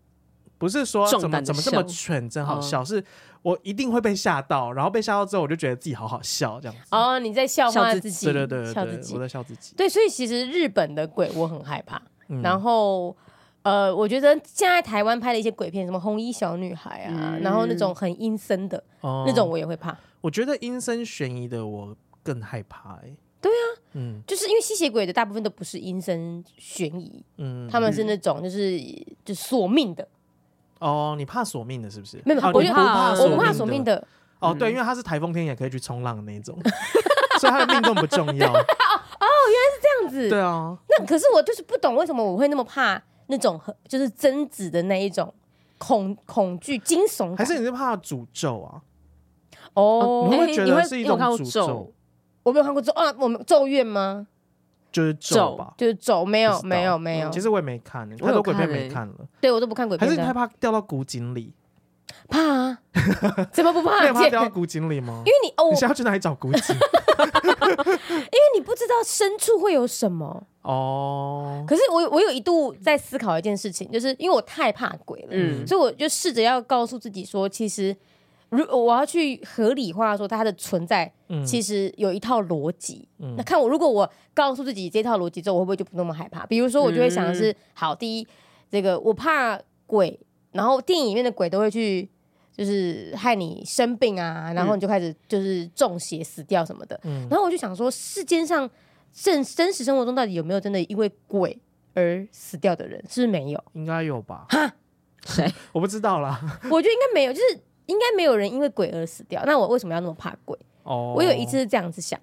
Speaker 1: 不是说
Speaker 3: 壮
Speaker 1: 怎么
Speaker 3: 胆地
Speaker 1: 怎么这么
Speaker 3: 笑
Speaker 1: 蠢，真好
Speaker 3: 哦
Speaker 1: 笑？是我一定会被吓到，然后被吓到之后，我就觉得自己好好笑这样子。
Speaker 2: 哦，你在笑话
Speaker 3: 笑自
Speaker 2: 自己，
Speaker 1: 对对对
Speaker 2: 笑
Speaker 1: 对
Speaker 2: 自
Speaker 1: 对，
Speaker 2: 己
Speaker 1: 我。在笑自己。
Speaker 2: 对，所以其实日本的鬼我很害怕，
Speaker 1: 嗯
Speaker 2: 然后。呃，我觉得现在台湾拍的一些鬼片，什么《红衣小女孩》啊，
Speaker 3: 嗯
Speaker 2: 然后那种很阴森的、
Speaker 1: 哦
Speaker 2: 那种，我也会怕，
Speaker 1: 我觉得阴森悬疑的我更害怕哎。
Speaker 2: 对
Speaker 1: 啊，嗯
Speaker 2: 就是因为吸血鬼的大部分都不是阴森悬疑，
Speaker 1: 嗯，
Speaker 2: 他们是那种就是就索命的，
Speaker 1: 哦，你怕索命的是不是？
Speaker 2: 没有没有
Speaker 1: 哦
Speaker 2: 我
Speaker 1: 你
Speaker 2: 就
Speaker 1: 不怕
Speaker 3: 啊
Speaker 2: 我不怕索
Speaker 1: 索
Speaker 2: 命
Speaker 1: 命。
Speaker 2: 的，
Speaker 1: 哦，对，因为他是台风天也可以去冲浪的那种， 所以他的命根本不重 要。
Speaker 2: 这样子。
Speaker 1: 对啊，
Speaker 2: 那可是我就是不懂为什么我会那么怕那种很就是贞子的那一种恐恐惧惊悚感，
Speaker 1: 还是你是怕诅咒啊？
Speaker 2: 哦
Speaker 1: 你会？不
Speaker 3: 哎
Speaker 1: 会觉
Speaker 3: 你
Speaker 1: 得
Speaker 3: 会
Speaker 1: 是一
Speaker 3: 你有
Speaker 1: 种
Speaker 3: 看过
Speaker 1: 诅
Speaker 3: 咒
Speaker 1: 咒？
Speaker 2: 我没有看过咒啊，我们咒怨吗？
Speaker 1: 就是咒
Speaker 3: 咒
Speaker 1: 吧？
Speaker 2: 就是咒，没有
Speaker 1: 不知道
Speaker 2: 没有没有
Speaker 1: 嗯，其实我也没看，太
Speaker 3: 我有
Speaker 1: 多鬼片
Speaker 3: 看
Speaker 1: 没
Speaker 3: 欸
Speaker 1: 看了。
Speaker 2: 对我都不看鬼
Speaker 1: 还
Speaker 2: 片
Speaker 1: 是
Speaker 2: 的，
Speaker 1: 你害怕掉到古井里？
Speaker 2: 怕 啊？怎么不怕？
Speaker 1: 你也怕
Speaker 2: 姐
Speaker 1: 掉到古井里吗
Speaker 2: 啊 因？为你哦，
Speaker 1: 你
Speaker 2: 因
Speaker 1: 是要去哪里找古 井？
Speaker 2: 为你不知道深处会有什么。
Speaker 1: 哦，
Speaker 2: 可是我我有一度在思考一件事情，就是因为我太怕鬼了，
Speaker 3: 嗯
Speaker 2: 所以我就试着要告诉自己说，其实如我要去合理化说它的存在，
Speaker 1: 嗯
Speaker 2: 其实有一套逻辑。
Speaker 1: 嗯
Speaker 2: 那看我如果我告诉自己这套逻辑之后，我会不会就不那么害怕？比如说，我就会想的
Speaker 1: 嗯
Speaker 2: 是，好，第一，这个我怕鬼，然后电影里面的鬼都会去。就是害你生病啊，然后你就开始就是中邪死掉什么的。
Speaker 1: 嗯
Speaker 2: 然后我就想说，世间上真真实生活中到底有没有真的因为鬼而死掉的人？是不是没有？
Speaker 1: 应该有吧？
Speaker 3: 谁？
Speaker 1: 我不知道啦。
Speaker 2: 我觉得应该没有，就是应该没有人因为鬼而死掉。那我为什么要那么怕鬼？
Speaker 1: 哦，
Speaker 2: 我有一次是这样子想。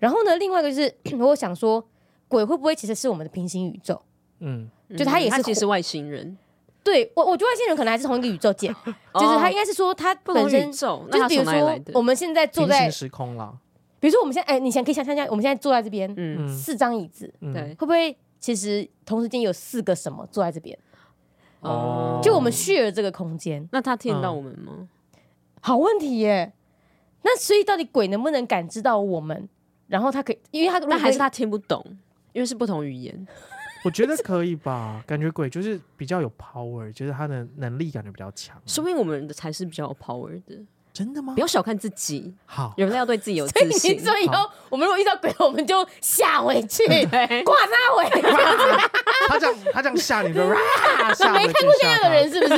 Speaker 2: 然后呢，另外一个就是 我想说，鬼会不会其实是我们的平行宇宙？
Speaker 1: 嗯，
Speaker 2: 就他也
Speaker 3: 嗯
Speaker 2: 是
Speaker 3: 他其实是外星人，
Speaker 2: 对我，我觉得外星人可能还是同一个宇宙界，就是他应
Speaker 3: 哦
Speaker 2: 该是说他
Speaker 3: 不
Speaker 2: 本
Speaker 3: 同宇
Speaker 2: 身。
Speaker 3: 宙，
Speaker 2: 就
Speaker 3: 那
Speaker 2: 是
Speaker 3: 他
Speaker 2: 比如
Speaker 3: 从哪里来
Speaker 2: 说，我
Speaker 3: 的？
Speaker 2: 们现在坐
Speaker 1: 平
Speaker 2: 在
Speaker 1: 行，时空啦。
Speaker 2: 比如说我们现在，哎，你想可以想象一下，我们现在坐在这边，
Speaker 3: 嗯，
Speaker 1: 嗯
Speaker 2: 四张椅子，
Speaker 1: 嗯，
Speaker 3: 对
Speaker 2: 会，不会其实同时间有四个什么坐在这边？
Speaker 1: 哦
Speaker 2: 就我们 share 这个空间，
Speaker 3: 那他听得到我们吗？
Speaker 2: 好问题耶。那所以到底鬼能不能感知到我们？然后他可以，因为他
Speaker 3: 但还是他听不懂，因为是不同语言。
Speaker 1: 我觉得可以吧，感觉鬼就是比较有 power，就是他的能力感觉比较强。
Speaker 3: 说不定我们的才是比较有 power 的，
Speaker 1: 真的吗
Speaker 3: 不？要小看自己，
Speaker 1: 好，
Speaker 3: 人类要对自己有
Speaker 2: 所以
Speaker 3: 自信
Speaker 2: 你。说以后我们如果遇到鬼，我们就吓回去，
Speaker 3: 对，
Speaker 2: 挂他尾。
Speaker 1: 他这样他这样吓你就 啊，吓
Speaker 2: 没
Speaker 1: 得
Speaker 2: 看
Speaker 1: 更
Speaker 2: 过这
Speaker 1: 吓
Speaker 2: 样
Speaker 1: 到
Speaker 2: 的人是不是？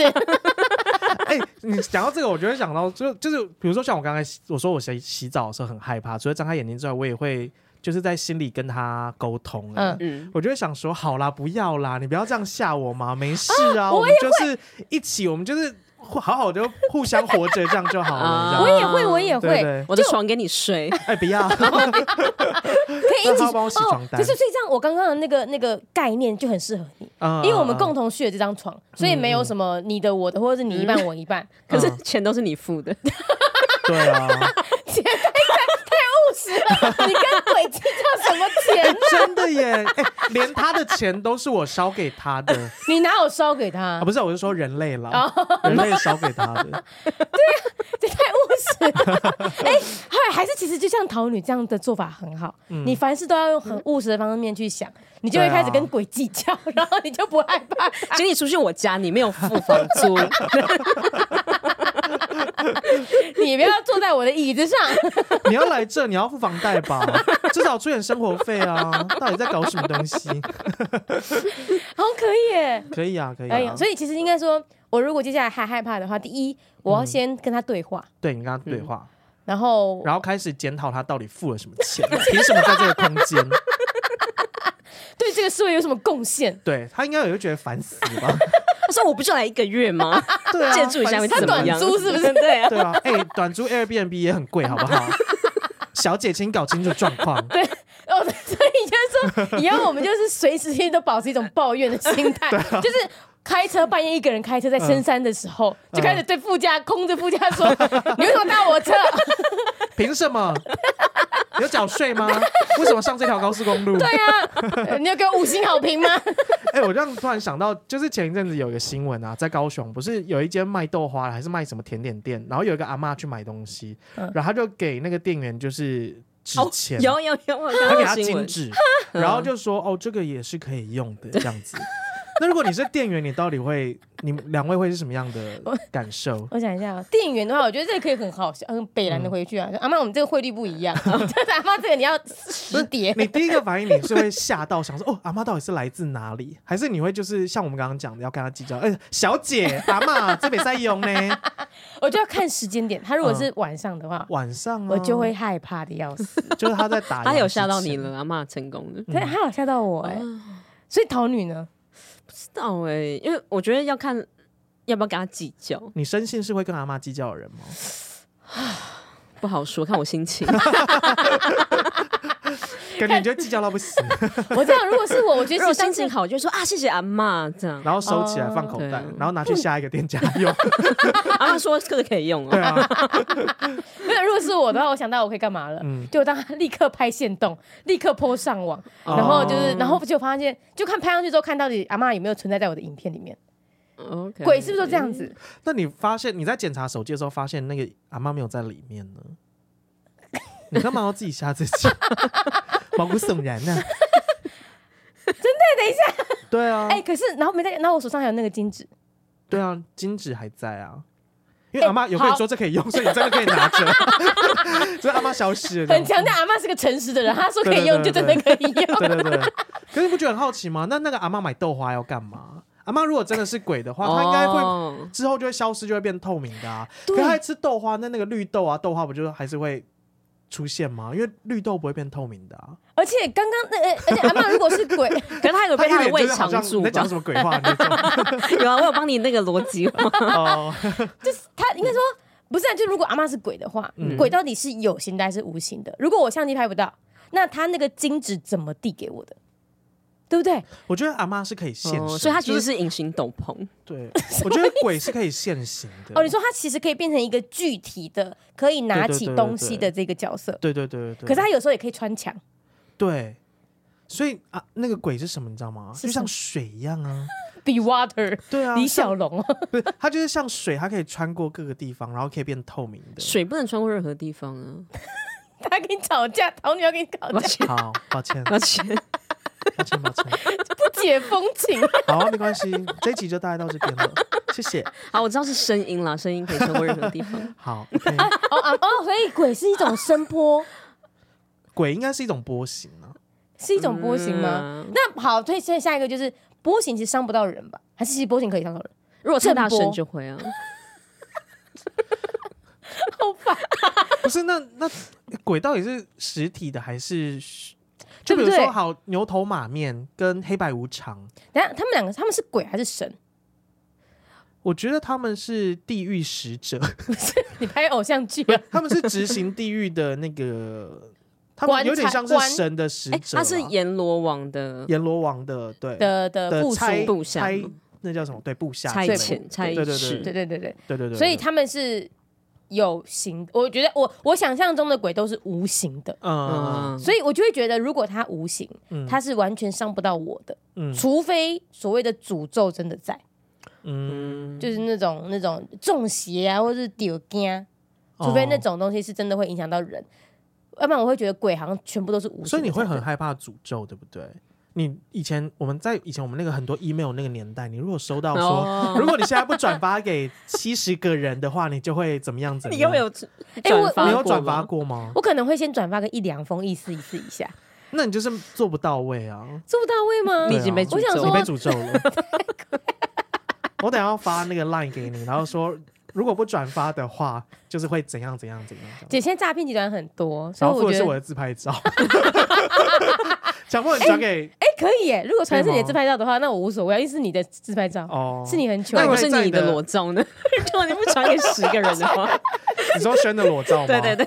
Speaker 1: 哎、你讲到这个，我就会想到，就就是比如说像我刚才洗我说我洗洗澡的时候很害怕，除了张开眼睛之外，我也会就是在心里跟他沟通、哎
Speaker 2: 嗯
Speaker 3: 嗯，
Speaker 1: 我就会想说，好啦，不要啦，你不要这样吓我嘛，没事啊，
Speaker 2: 我
Speaker 1: 我们就是一起，我们就是互好好就互相活着，这样就好了。
Speaker 3: 啊
Speaker 1: 这
Speaker 2: 我
Speaker 1: 样
Speaker 2: 也会，我也
Speaker 1: 哦对
Speaker 2: 会，
Speaker 1: 对，
Speaker 3: 我的床给你睡，
Speaker 1: 哎，不要，可
Speaker 2: 可以一起
Speaker 1: 帮我洗床单
Speaker 2: 就是所以这样，我刚刚的那个那个概念就很适合你，
Speaker 1: 啊
Speaker 2: 因为我们共同睡的这张
Speaker 1: 嗯
Speaker 2: 床，所以没有什么你的我的，或者是你一半 我一半，
Speaker 3: 可是钱都是你付的。
Speaker 1: 对啊，
Speaker 2: 不是你跟鬼计较什么钱？
Speaker 1: 真的耶，哎，连他的钱都是我烧给他的
Speaker 2: 你哪有烧给他
Speaker 1: 啊，？不是，我是说人类啦，
Speaker 2: 哦
Speaker 1: 人类烧给他的，
Speaker 2: 这太务实了。哎、还还是其实就像桃女这样的做法很好，你凡事都要用很务实的方面去想，你就会
Speaker 1: 对啊
Speaker 2: 开始跟鬼计较，然后你就不害怕。
Speaker 3: 请你出去我家，你没有付房租，
Speaker 2: 你不要坐在我的椅子上，
Speaker 1: 你要来这，你要付房贷吧，至少出点生活费啊，到底在搞什么东西？
Speaker 2: 好像可以耶。
Speaker 1: 可以啊，可以
Speaker 2: 哎呦，
Speaker 1: 啊，
Speaker 2: 所以其实应该说，我如果接下来还害怕的话，第一，我要先跟他对话，
Speaker 1: 对你跟他对话，
Speaker 2: 然后
Speaker 1: 然后开始检讨他到底付了什么钱，凭什么在这个空间？
Speaker 2: 对这个社会有什么贡献。
Speaker 1: 对他应该也会觉得烦死吧？
Speaker 3: 他说我不就来一个月吗？
Speaker 1: 对啊，
Speaker 3: 借住一下会
Speaker 1: 烦死
Speaker 3: 怎么样？
Speaker 2: 他短租是不是
Speaker 3: 对啊，
Speaker 1: 对啊，哎、短租 Airbnb 也很贵，好不好？小姐，请搞清楚状况。
Speaker 2: 哦，所以就是说，以后我们就是随时间都保持一种抱怨的心态，
Speaker 3: 啊
Speaker 2: 就是。开车半夜一个人开车在深山的时候，就
Speaker 3: 嗯
Speaker 2: 开始对副驾空着副驾说：“你为什么搭我车
Speaker 1: 凭什么？有缴税吗？为什么上这条高速公路？对啊，
Speaker 2: 呃？你要给我五星好评吗
Speaker 1: 哎、我这样突然想到，就是前一阵子有一个新闻啊，在高雄，不是有一间卖豆花还是卖什么甜点店，然后有一个阿嬷去买东西，然后她就给那个店员就是纸
Speaker 3: 哦
Speaker 1: 钱，
Speaker 3: 有有有，我
Speaker 1: 他
Speaker 3: 看
Speaker 1: 给
Speaker 3: 到
Speaker 1: 他
Speaker 3: 新
Speaker 1: 金
Speaker 3: 闻，
Speaker 1: 纸，然后就说哦，这个也是可以用的这样子。那如果你是店员，你到底会，你们两位会是什么样的感 受？”？
Speaker 2: 我想一下哦，店员的话，我觉得这个可以很好笑，很北
Speaker 3: 嗯
Speaker 2: 蓝的回去啊。说阿妈，我们这个汇率不 一样，就是阿妈这个你要十叠，
Speaker 1: 你第一个反应你是会吓到，想说哦，阿妈到底是来自哪里？还是你会就是像我们刚刚讲的，要跟他计较？哎、小姐，阿妈这边在用呢，
Speaker 2: 我就要看时间点。他如果是晚上的话，
Speaker 1: 晚上、
Speaker 3: 嗯
Speaker 1: 啊、
Speaker 2: 我
Speaker 3: 哦
Speaker 2: 就会害怕的要死。
Speaker 1: 就是他在 打，
Speaker 3: 他有吓到你，了，阿妈成功了。哦
Speaker 2: 但他有吓到我
Speaker 3: 嗯
Speaker 2: 哎，所以桃女呢？
Speaker 3: 知道哎、因为我觉得要看要不要跟他计较，
Speaker 1: 你深信是会跟阿妈计较的人吗？
Speaker 3: 不好说，看我心情。
Speaker 1: 感觉你就计较到不行，
Speaker 2: 我知道，如果是我，我觉得其
Speaker 3: 如果
Speaker 2: 实当
Speaker 3: 心
Speaker 2: 时
Speaker 3: 情好，就说啊，谢谢阿妈这样。
Speaker 1: 然后收起来放口袋
Speaker 3: 哦，
Speaker 1: 然后拿去下一个店家 用。
Speaker 3: 阿妈说这个可以用
Speaker 1: 对
Speaker 3: 哦，
Speaker 1: 啊，
Speaker 2: 没有，如果是我的话，我想到我可以干嘛了，
Speaker 1: 嗯
Speaker 2: 就当他立刻拍线动， 立刻 po 上网，
Speaker 1: 哦
Speaker 2: 然后就是，然后就发现，就看拍上去之后，看到底阿妈有没有存在在我的影片里面，
Speaker 3: 哦 OK
Speaker 2: 鬼是不是都这样子？
Speaker 1: 那你发现你在检查手机的时候，发现那个阿妈没有在里面呢？ 你干嘛要自己吓自己？ 毛骨悚然呢、真的，等一下。对啊，
Speaker 2: 哎、可是然后没在，然后我手上还有那个金纸，
Speaker 1: 对啊，金纸还在啊。因为阿妈有跟你说这可以用，所以你真的可以拿着。 所以阿妈消失了这
Speaker 2: 很
Speaker 1: 样子。
Speaker 2: 强调阿妈是个诚实的人，她说可以用就
Speaker 1: 啊对对
Speaker 2: 真的
Speaker 1: 对
Speaker 2: 可以用。
Speaker 1: 对对对。可是你不觉得很好奇吗？那那个阿妈买豆花要干嘛？阿妈如果真的是鬼的话，她应该会
Speaker 3: 哦
Speaker 1: 之后就会消失，就会变透明的啊。可是还吃豆花，那那个绿豆啊，豆花不就还是会出现吗？因为绿豆不会变透明的啊。
Speaker 2: 而且刚刚那，呃而且阿妈如果是鬼，
Speaker 3: 可是他有
Speaker 1: 他
Speaker 3: 被
Speaker 1: 一
Speaker 3: 他的
Speaker 1: 脸
Speaker 3: 胃
Speaker 1: 就是好
Speaker 3: 肠
Speaker 1: 像
Speaker 3: 住
Speaker 1: 你在
Speaker 3: 吧
Speaker 1: 讲？什么鬼话那 种。
Speaker 3: 有啊，我有帮你那个逻辑化。
Speaker 1: 哦，
Speaker 2: 她应该说不是、啊，就如果阿妈是鬼的话，
Speaker 1: 嗯
Speaker 2: 鬼到底是有形的还是无形的？如果我相机拍不到，那她那个金纸怎么递给我的？对不对？
Speaker 1: 我觉得阿妈是可以现
Speaker 3: 哦
Speaker 1: 身，
Speaker 3: 所以他其
Speaker 1: 就
Speaker 3: 实
Speaker 1: 是
Speaker 3: 是隐形斗篷，
Speaker 1: 对。我觉得鬼是可以现形的。
Speaker 2: 哦，你说它其实可以变成一个具体的可以拿起
Speaker 1: 对对对对
Speaker 2: 东西的这个角色，
Speaker 1: 对对对对对。
Speaker 2: 可是它有时候也可以穿墙。
Speaker 1: 对，所以啊，那个鬼是什么，你知道吗？
Speaker 2: 是
Speaker 1: 就
Speaker 2: 什
Speaker 1: 像
Speaker 2: 么
Speaker 1: 水一样啊。
Speaker 2: Be water，
Speaker 1: 对啊，
Speaker 2: 李
Speaker 1: 像
Speaker 2: 小龙，哦
Speaker 1: 不是它就是像水，它可以穿过各个地方，然后可以变透明的。
Speaker 3: 水不能穿过任何地方啊。
Speaker 2: 他跟你吵架，桃女要跟你 吵
Speaker 3: 抱
Speaker 2: 架，
Speaker 3: 歉，
Speaker 1: 好，抱歉，
Speaker 3: 抱歉，
Speaker 1: 抱歉，抱歉。
Speaker 2: 不解风情。
Speaker 1: 好啊，没关系，这一集就大概到这边了，谢谢。
Speaker 3: 好，我知道是声音啦，声音可以穿过任何地 方。
Speaker 1: 好，OK，
Speaker 2: 哦啊哦，所以鬼是一种声 波，
Speaker 1: 鬼应该是一种波形啊，
Speaker 2: 是一种波形吗？
Speaker 3: 嗯
Speaker 2: 那好，所以现在下一个就是波形，其实伤不到人吧？还是其实波形可以伤到人？
Speaker 3: 如果太大
Speaker 2: 震
Speaker 3: 声
Speaker 2: 波
Speaker 3: 就会啊，
Speaker 2: 好烦，
Speaker 1: 不是？那那鬼到底是实体的还是？就
Speaker 2: 对
Speaker 1: 比
Speaker 2: 不
Speaker 1: 如
Speaker 2: 对
Speaker 1: 说，好牛头马面跟黑白无常，
Speaker 2: 等一下他们两个他们是鬼还是神？
Speaker 1: 我觉得他们是地狱使者，
Speaker 2: 你拍偶像剧啊？
Speaker 1: 他们是执行地狱的那个，他们
Speaker 2: 棺
Speaker 1: 有点
Speaker 2: 材
Speaker 1: 像是
Speaker 2: 棺
Speaker 1: 神的使
Speaker 3: 哎，
Speaker 1: 者啦，
Speaker 3: 他是阎罗王的
Speaker 1: 阎罗王的，对
Speaker 2: 的的部署，
Speaker 1: 差
Speaker 3: 部下
Speaker 1: 差那叫什么？对部下
Speaker 3: 差
Speaker 1: 之类的
Speaker 3: 遣差
Speaker 1: 对对
Speaker 3: 使，
Speaker 2: 对对对对，
Speaker 1: 对对对，
Speaker 2: 所以
Speaker 1: 对
Speaker 2: 他们是有形，我觉得我我想象中的鬼都是无形的，
Speaker 1: 嗯
Speaker 3: 嗯，
Speaker 2: 所以我就会觉得，如果它无形，
Speaker 1: 嗯
Speaker 2: 它是完全伤不到我的，
Speaker 1: 嗯
Speaker 2: 除非所谓的诅咒真的在，
Speaker 1: 嗯，
Speaker 2: 就是那种那种中邪啊，或是丢惊，
Speaker 1: 哦
Speaker 2: 除非那种东西是真的会影响到人，要不然我会觉得鬼好像全部都是
Speaker 1: 哦，
Speaker 2: 无形的。
Speaker 1: 所以你会很害怕诅咒，对不对？你以前我们在以前我们那个很多 email 那个年代，你如果收到说，
Speaker 3: 哦，
Speaker 1: 如果你现在不转发给七十个人的话，你就会怎么样怎么
Speaker 3: 你
Speaker 1: 样
Speaker 3: 有没？有
Speaker 2: 哎我
Speaker 3: 转发？
Speaker 1: 你有转发？过吗？
Speaker 2: 我可能会先转发个一两封，意思意思一
Speaker 1: 啊
Speaker 2: 下，
Speaker 1: 那你就是做不到位啊，
Speaker 2: 做不到位吗？
Speaker 3: 你
Speaker 1: 对
Speaker 3: 已经被
Speaker 1: 啊
Speaker 3: 诅
Speaker 2: 我想
Speaker 3: 咒
Speaker 2: 说
Speaker 1: 你
Speaker 3: 了
Speaker 1: 被诅咒了。我等一下要发那个 line 给你，然后说如果不转发的话，就是会怎样怎样怎样。怎样
Speaker 2: 姐，现在诈骗集团很多，所
Speaker 1: 然
Speaker 2: 以
Speaker 1: 后附的
Speaker 2: 我觉
Speaker 1: 是
Speaker 2: 得
Speaker 1: 我的自拍照， 强迫你转给
Speaker 2: 哎、可以耶！如果传是你
Speaker 1: 可以
Speaker 2: 的
Speaker 1: 吗
Speaker 2: 自拍照的话，那我无所谓，啊因为是你的自拍照，
Speaker 1: 哦，
Speaker 2: 是你很糗
Speaker 3: 那
Speaker 1: 那。
Speaker 3: 如
Speaker 1: 你会
Speaker 3: 果哎是
Speaker 1: 在
Speaker 3: 你
Speaker 1: 你
Speaker 3: 的
Speaker 1: 的
Speaker 3: 裸照呢？ 如果你不传给十个人的话，
Speaker 1: 你说轩的裸照吗？
Speaker 3: 对对对，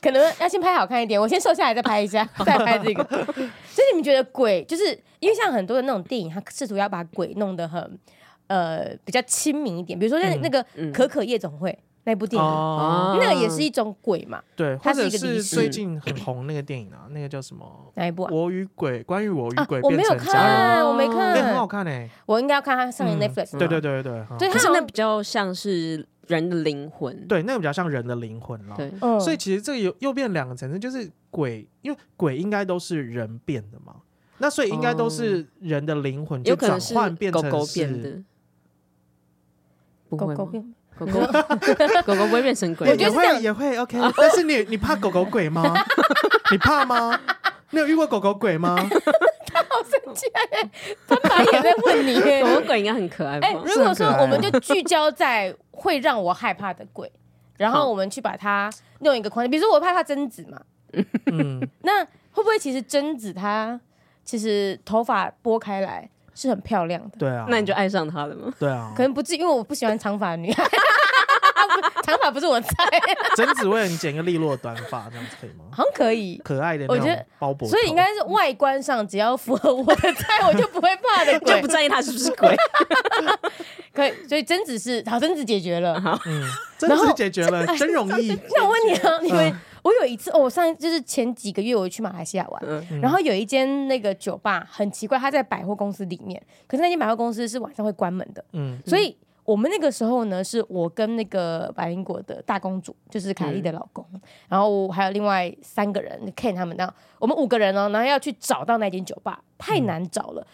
Speaker 2: 可能要先拍好看一点，我先瘦下来再拍 一下，再拍这个。所以你们觉得鬼，就是因为像很多的那种电影，它试图要把鬼弄得很呃比较亲民一点，比如说那、
Speaker 1: 嗯
Speaker 2: 那个《
Speaker 3: 嗯
Speaker 2: 可可夜总会》那部电影，
Speaker 1: 哦，
Speaker 2: 那个也是一种鬼嘛，
Speaker 1: 对，或
Speaker 2: 它是
Speaker 1: 者
Speaker 2: 一个
Speaker 1: 是
Speaker 2: 历史
Speaker 1: 最近很红那个电影啊，那个叫什么
Speaker 2: 哪一部
Speaker 1: 《
Speaker 2: 啊？
Speaker 1: 我与鬼》，关于哦我与
Speaker 2: 啊
Speaker 1: 鬼，
Speaker 2: 我
Speaker 1: 变
Speaker 2: 没有
Speaker 1: 成家人，
Speaker 2: 看，我没
Speaker 1: 那很
Speaker 2: 看
Speaker 1: 好，看诶，
Speaker 2: 我应该要看它上映
Speaker 1: 嗯
Speaker 2: Netflix。
Speaker 1: 对对对对对，
Speaker 2: 对
Speaker 1: 嗯
Speaker 3: 可是那比较像是人的灵魂。
Speaker 1: 对，那个比较像人的灵魂了。
Speaker 3: 对，
Speaker 2: 嗯
Speaker 1: 所以其实这个有又变两个层次，就是鬼，因为鬼应该都是人变的嘛，那所以应该都
Speaker 2: 哦
Speaker 1: 是人的灵魂就
Speaker 3: 有可
Speaker 1: 转
Speaker 3: 能是
Speaker 1: 换变
Speaker 3: 狗
Speaker 1: 成
Speaker 3: 狗变
Speaker 1: 是
Speaker 3: 的，不
Speaker 2: 狗
Speaker 3: 会
Speaker 2: 狗
Speaker 3: 吗？
Speaker 2: 变，
Speaker 3: 狗狗狗 狗不会变成鬼，
Speaker 2: 我觉得
Speaker 1: 也
Speaker 2: 是这
Speaker 1: 会
Speaker 2: 样哦
Speaker 1: 也会 OK，但是你你怕狗狗鬼 吗？你怕吗？你有遇过狗狗鬼 吗？
Speaker 2: 好生气啊！他白眼在问你 耶。
Speaker 3: 狗狗鬼应该很可爱
Speaker 2: 哎、
Speaker 3: 吧？
Speaker 2: 如果
Speaker 1: 是很
Speaker 2: 说
Speaker 1: 可爱啊
Speaker 2: 我们就聚焦在会让我害怕的鬼，然后
Speaker 3: 好
Speaker 2: 我们去把它弄一个框架，比如说我怕怕贞子嘛，
Speaker 1: 嗯，
Speaker 2: 那会不会其实贞子她其实头发拨开来是很漂亮的，
Speaker 1: 对啊，
Speaker 3: 那你就爱上它了 吗？
Speaker 1: 对啊
Speaker 2: 可，能不至于，因为我不喜欢长发女孩。长发不是我菜，
Speaker 1: 贞子为你剪个利落的短发，这样子可以吗？
Speaker 2: 好像可以，
Speaker 1: 可爱的，
Speaker 2: 我觉得
Speaker 1: 包裹头，
Speaker 2: 所以应该是外观上只要符合我的菜，我就不会怕 的
Speaker 3: 就
Speaker 2: 鬼
Speaker 3: 不。在意它是不是鬼，
Speaker 2: 可以，所以贞子是好，贞子解决了。
Speaker 1: 嗯，贞
Speaker 2: 然后
Speaker 1: 子解决了，真容易。
Speaker 2: 那我问你啊，你们
Speaker 1: 嗯
Speaker 2: 我有一次，哦，我上一就是前几个月我去马来西亚玩，
Speaker 3: 嗯
Speaker 2: 然后有一间那个酒吧很奇怪，它在百货公司里面，可是那间百货公司是晚上会关门的，
Speaker 1: 嗯
Speaker 2: 所以我们那个时候呢，是我跟那个百灵果的大公主，就是凯莉的老公，
Speaker 1: 嗯
Speaker 2: 然后还有另外三个人 Ken 他们，然后我们五个人哦，然后要去找到那间酒吧，太难找
Speaker 1: 嗯
Speaker 2: 了。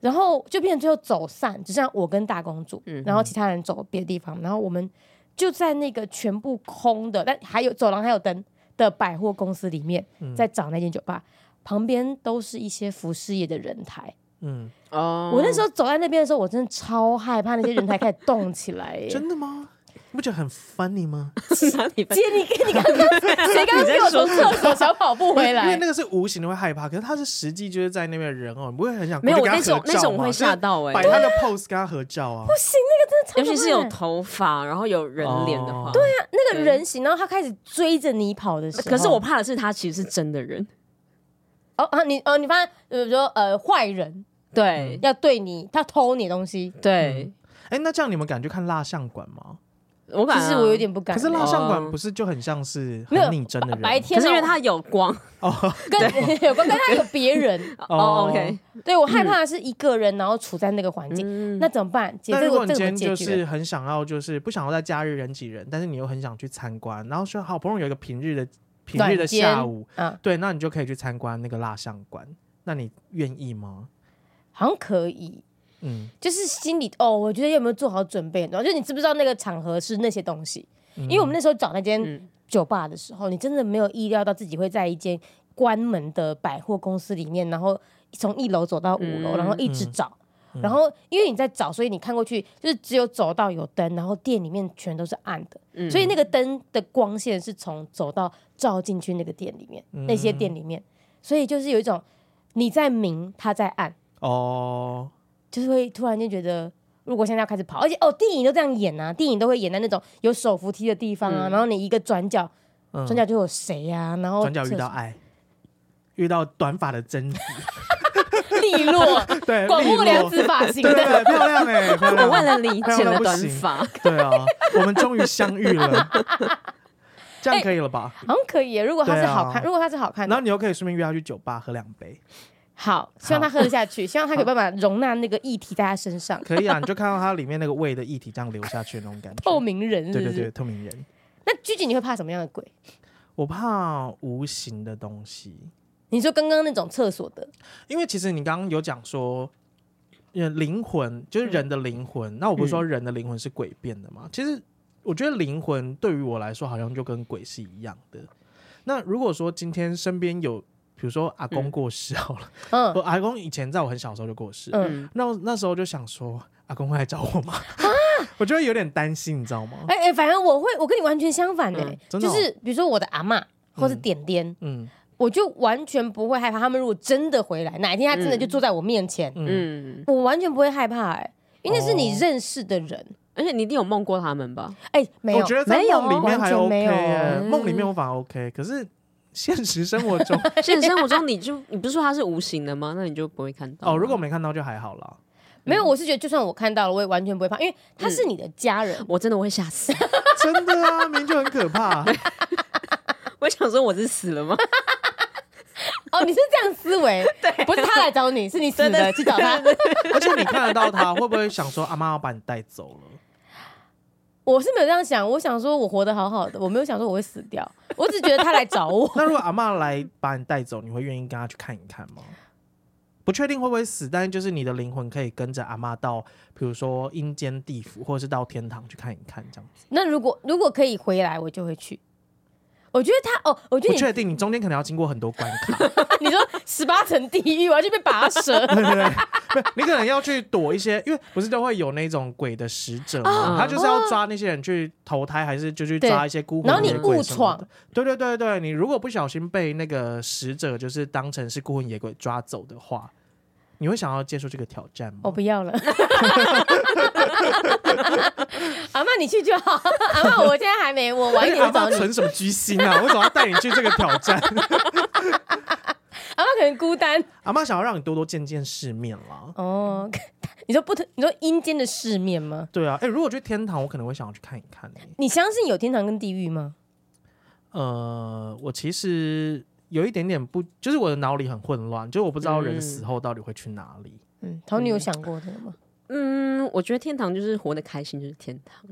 Speaker 2: 然后就变成最后走散，只剩下我跟大公主，
Speaker 3: 嗯
Speaker 2: 然后其他人走别的地方，然后我们就在那个全部空的，但还有走廊还有灯的百货公司里面，
Speaker 1: 嗯
Speaker 2: 在找那间酒吧，旁边都是一些服饰业的人台。
Speaker 1: 嗯，
Speaker 3: 哦
Speaker 2: 我那时候走在那边的时候，我真的超害怕那些人台开始动起来、耶
Speaker 1: 真的吗？你不觉得很 funny 吗？
Speaker 3: 候哪 里分
Speaker 2: 姐，你你刚刚谁刚刚给我从厕所小跑步 回
Speaker 1: 因为
Speaker 2: 来
Speaker 1: 那？个是无形的会害怕，可是他是实际就是在那边的人哦，你不会很想
Speaker 3: 没有，
Speaker 1: 过
Speaker 3: 我
Speaker 1: 去跟
Speaker 3: 那
Speaker 1: 他合
Speaker 3: 种那
Speaker 1: 照
Speaker 3: 种
Speaker 1: 吗
Speaker 3: 会
Speaker 1: 就是
Speaker 3: 吓到哎
Speaker 1: 摆，他的 pose 跟他合照啊，
Speaker 2: 欸不行，那个真的超可
Speaker 3: 尤
Speaker 2: 怕
Speaker 3: 其是有头发，然后有人脸的话，
Speaker 1: 哦对
Speaker 2: 那那个人形，然后他开始追着你跑的时候，
Speaker 3: 可是我哦怕的是他其实是真的人，
Speaker 2: 哦啊你哦你发现比如说呃坏人
Speaker 3: 对
Speaker 2: 要对你，他偷你的东
Speaker 3: 嗯
Speaker 2: 西，
Speaker 3: 对，
Speaker 1: 哎，那这样你们敢去看蜡像馆吗？
Speaker 3: 嗯我
Speaker 2: 其
Speaker 3: 感
Speaker 2: 实我有，点不敢
Speaker 1: 可
Speaker 2: 欸。
Speaker 1: 是蜡像馆
Speaker 3: 哦
Speaker 1: 不是就很像是
Speaker 2: 没有
Speaker 1: 很拟真的人？
Speaker 2: 白
Speaker 3: 可
Speaker 2: 天
Speaker 3: 是
Speaker 2: 啊
Speaker 3: 因为他有光
Speaker 1: 哦，
Speaker 2: 跟有关，跟他有 别人，
Speaker 3: 哦，OK，
Speaker 2: 对我害怕的是一个人，然后处在那个环境，
Speaker 3: 嗯
Speaker 2: 那怎么办？姐，
Speaker 1: 那
Speaker 2: 这
Speaker 1: 如果
Speaker 2: 个我
Speaker 1: 你
Speaker 2: 这
Speaker 1: 今
Speaker 2: 个怎
Speaker 1: 天
Speaker 2: 么解
Speaker 1: 就
Speaker 2: 决？
Speaker 1: 是很想要，就是不想要在假日人挤人，但是你又很想去参观，然后说好不容易有一个平日的平日的
Speaker 2: 短间
Speaker 1: 下午，
Speaker 2: 啊，
Speaker 1: 对，那你就可以去参观那个蜡像馆。那你愿意吗？
Speaker 2: 好像可以，
Speaker 1: 嗯，
Speaker 2: 就是心里哦，我觉得有没有做好准备，然后就是你知不知道那个场合是那些东西？
Speaker 1: 因
Speaker 2: 因为我们那时候找那间
Speaker 3: 嗯
Speaker 2: 酒吧的时候，你真的没有意料到自己会在一间关门的百货公司里面，然后从一楼走到五楼，
Speaker 3: 嗯
Speaker 2: 然后一直
Speaker 1: 嗯
Speaker 2: 找。
Speaker 1: 嗯
Speaker 2: 然后，因为你在找，所以你看过去就是只有走道有灯，然后店里面全都是暗的，
Speaker 3: 嗯
Speaker 2: 所以那个灯的光线是从走道照进去那个店里面，那些
Speaker 1: 嗯
Speaker 2: 店里面，所以就是有一种你在明，他在暗，
Speaker 1: 哦，
Speaker 2: 就是会突然间觉得如果现在要开始跑，而且哦，电影都这样演啊，电影都会演在那种有手扶梯的地方啊，
Speaker 3: 嗯
Speaker 2: 然后你一个转角，
Speaker 1: 嗯
Speaker 2: 转角就有谁啊，然后
Speaker 1: 转角遇到爱，遇到短发的贞子，
Speaker 2: 利 落
Speaker 1: 对，
Speaker 2: 广
Speaker 1: 哎利
Speaker 2: 末
Speaker 1: 落
Speaker 2: 凉子发型
Speaker 1: 对对
Speaker 2: 的，
Speaker 1: 对，漂亮 哎，漂亮
Speaker 3: 我为了理解了短发，
Speaker 1: 对啊，我们终于相遇 了，这样可以了吧？
Speaker 2: 哎好像可以耶。如果他是好看，
Speaker 1: 对啊
Speaker 2: 如果他是好看
Speaker 1: 然
Speaker 2: 的，
Speaker 1: 后你又可以顺便约他去酒吧喝两杯，
Speaker 2: 好，希望他喝得 下去，希望他有办法容纳那个议题在他身上，
Speaker 1: 可以啊，你就看到他里面那个胃的液体这样流下去的那种感
Speaker 2: 透
Speaker 1: 觉。
Speaker 2: 明人是
Speaker 1: 对
Speaker 2: 不
Speaker 1: 对对，
Speaker 2: 是？
Speaker 1: 透明人。
Speaker 2: 那鞠姐你会怕什么样的鬼？
Speaker 1: 我怕无形的东西，
Speaker 2: 你说刚刚那种厕所的，
Speaker 1: 因为其实你刚刚有讲说，呃，灵魂就是人的灵魂。那我不是
Speaker 2: 嗯
Speaker 1: 说人的灵魂是鬼变的吗？其实我觉得灵魂对于我来说，好像就跟鬼是一样的。那如果说今天身边有，比如说阿公
Speaker 3: 嗯
Speaker 1: 过世好了，
Speaker 2: 嗯
Speaker 1: 我，阿公以前在我很小的时候就过世，
Speaker 2: 嗯
Speaker 3: 嗯，
Speaker 1: 那我那时候就想说，阿公会来找我吗？ 我就会有点担心，你知道吗？
Speaker 2: 啊哎哎，反正我会，我跟你完全相反哎
Speaker 3: 嗯，
Speaker 1: 真的
Speaker 2: 就
Speaker 1: 哦
Speaker 2: 是比如说我的阿嬷或是点点，
Speaker 1: 嗯
Speaker 2: 我就完全不会害怕。他们如果真的回来，哪一天他真的就坐在我面前，
Speaker 1: 嗯，
Speaker 3: 嗯，
Speaker 2: 我完全不会害怕哎、因为那是你
Speaker 1: 哦
Speaker 2: 认识的人。
Speaker 3: 而且你一定有梦过他们 吧？
Speaker 2: 哎、没有，
Speaker 1: 我觉得在
Speaker 2: 没有哦啊
Speaker 1: 梦里面
Speaker 2: 完
Speaker 1: 还
Speaker 2: 全
Speaker 1: OK，
Speaker 2: 没有
Speaker 1: 耶
Speaker 2: 哦。
Speaker 1: 梦里面我反而 OK，可是现实生活 中
Speaker 3: 现实生活中，你就你不是说它是无形的吗？那你就不会看到啊
Speaker 1: 哦，如果没看到就还好啦。
Speaker 2: 没有，我是觉得就算我看到了，我也完全不会怕，因为他是你的家
Speaker 1: 嗯
Speaker 2: 人。
Speaker 3: 我真的会吓死，
Speaker 1: 真的啊，明明就很可 怕。
Speaker 3: 我想说我是死了吗？
Speaker 2: 哦，你是这样思 维，不是他来找你，是你死的去找他。
Speaker 1: 而且你看得到他，会不会想说阿妈要把你带走了？。
Speaker 2: 我是没有这样想，我想说我活得好好的，我没有想说我会死掉，我只觉得他来找我
Speaker 1: 那如果阿妈来把你带走，你会愿意跟他去看一看吗？不确定会不会死，但是就是你的灵魂可以跟着阿妈到，比如说阴间地府，或者是到天堂去看一看，这样子。
Speaker 2: 那如果如果可以回来，我就会去。我觉得他哦，我觉
Speaker 1: 不
Speaker 2: 得你
Speaker 1: 确定，你中间可能要经过很多关卡，
Speaker 2: 你说十八层地狱，我要去被拔舌。
Speaker 1: 对对对，不是你可能要去躲一些，因为不是都会有那种鬼的使者嘛，
Speaker 3: 哦
Speaker 1: 他就是要抓那些人去投胎，还是就去抓一些孤魂
Speaker 2: 然后你
Speaker 1: 野鬼
Speaker 2: 误
Speaker 1: 什么
Speaker 2: 闯
Speaker 1: 的，对对对对，你如果不小心被那个使者就是当成是孤魂野鬼抓走的话，你会想要接受这个挑战吗？
Speaker 2: 我不要了。阿嬷，你去就好。阿嬷，我现在还没，我晚一点
Speaker 1: 阿
Speaker 2: 去找
Speaker 1: 妈
Speaker 2: 你。
Speaker 1: 存什么居心啊？我怎么要带你去这个挑战？
Speaker 2: 阿嬷可能孤单
Speaker 1: 阿妈想要让你多多见见世面啦。
Speaker 2: 哦。你说不同，你说阴间的世面吗？
Speaker 1: 对啊，哎、如果去天堂，我可能会想要去看一看、欸。
Speaker 2: 你相信有天堂跟地狱吗？
Speaker 1: 呃，我其实有一点点不，就是我的脑里很混乱，就是我不知道人死后到底会去哪里。
Speaker 2: 嗯，桃你有想过这个吗？
Speaker 3: 嗯，我觉得天堂就是活得开心就是天堂，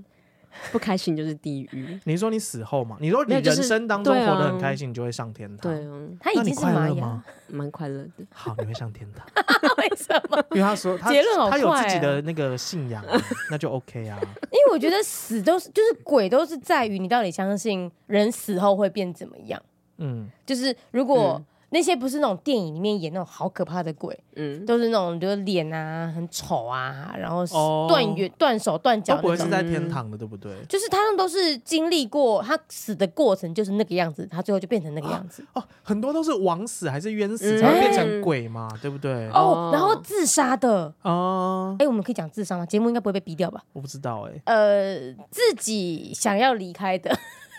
Speaker 3: 不开心就是地 狱。
Speaker 1: 你说你死后嘛？你说你
Speaker 3: 没有就
Speaker 1: 人
Speaker 3: 是
Speaker 1: 生当中
Speaker 3: 对啊
Speaker 1: 活得很开心，你就会上天堂。
Speaker 3: 对啊，
Speaker 2: 他
Speaker 1: 那你
Speaker 2: 已经是
Speaker 1: 快
Speaker 2: 玛
Speaker 1: 乐
Speaker 2: 雅
Speaker 1: 吗，？
Speaker 3: 蛮快乐的。
Speaker 1: 好，你会上天堂，
Speaker 2: 为什么？
Speaker 1: 因为他 说他
Speaker 2: 结论好
Speaker 1: 他有
Speaker 2: 快
Speaker 1: 自己
Speaker 2: 啊
Speaker 1: 的那个信仰啊，那就 OK 啊。
Speaker 2: 因为我觉得死都是，就是鬼都是在于你到底相信人死后会变怎么样。
Speaker 1: 嗯，
Speaker 2: 就是如果、那些不是那种电影里面演那种好可怕的鬼，
Speaker 3: 嗯，
Speaker 2: 都是那种就是脸啊很丑啊，然后
Speaker 1: 哦
Speaker 2: 断远断手断
Speaker 1: 都
Speaker 2: 脚
Speaker 1: 不
Speaker 2: 那
Speaker 1: 会是
Speaker 2: 种。
Speaker 1: 在天堂的，对不对？
Speaker 2: 就是他们都是经历过，他死的过程就是那个样子，他最后就变成那个样子
Speaker 1: 哦，很多都是枉死还是冤死
Speaker 3: 嗯
Speaker 1: 才会变成鬼嘛，对不对？
Speaker 2: 哦
Speaker 1: 啊、
Speaker 3: 哦
Speaker 2: 然后自杀的，哎、我们可以讲自杀吗？节目应该不会被逼掉吧？
Speaker 1: 我不知道哎、
Speaker 2: 呃，自己想要离开的，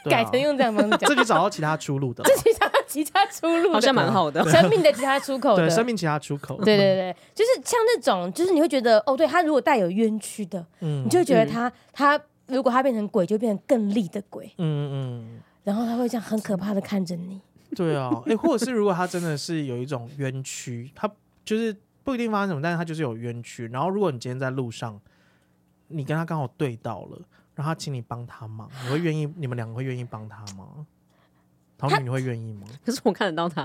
Speaker 1: 对啊
Speaker 2: 改成用这样的方式讲，
Speaker 1: 自己找到其他出路的啦，
Speaker 2: 自己想要 其他出路的，
Speaker 3: 好像蛮好的。
Speaker 2: 生命的其他出口的
Speaker 1: 对，生命其他出口。
Speaker 2: 对对对，就是像那种，就是你会觉得，哦，对他如果带有冤屈的，
Speaker 1: 嗯
Speaker 2: 你就会觉得他、他如果他变成鬼，就变成更厉的鬼，
Speaker 1: 嗯嗯
Speaker 2: 然后他会这样很可怕的看着你。
Speaker 1: 嗯，对啊，哎、或者是如果他真的是有一种冤屈，他就是不一定发生什么，但是他就是有冤屈。然后如果你今天在路上，你跟他刚好对到了，然后他请你帮他忙，你会愿意？你们两个会愿意帮他吗？桃
Speaker 2: 他
Speaker 1: 女，你会愿意吗？
Speaker 3: 可是我看得到他，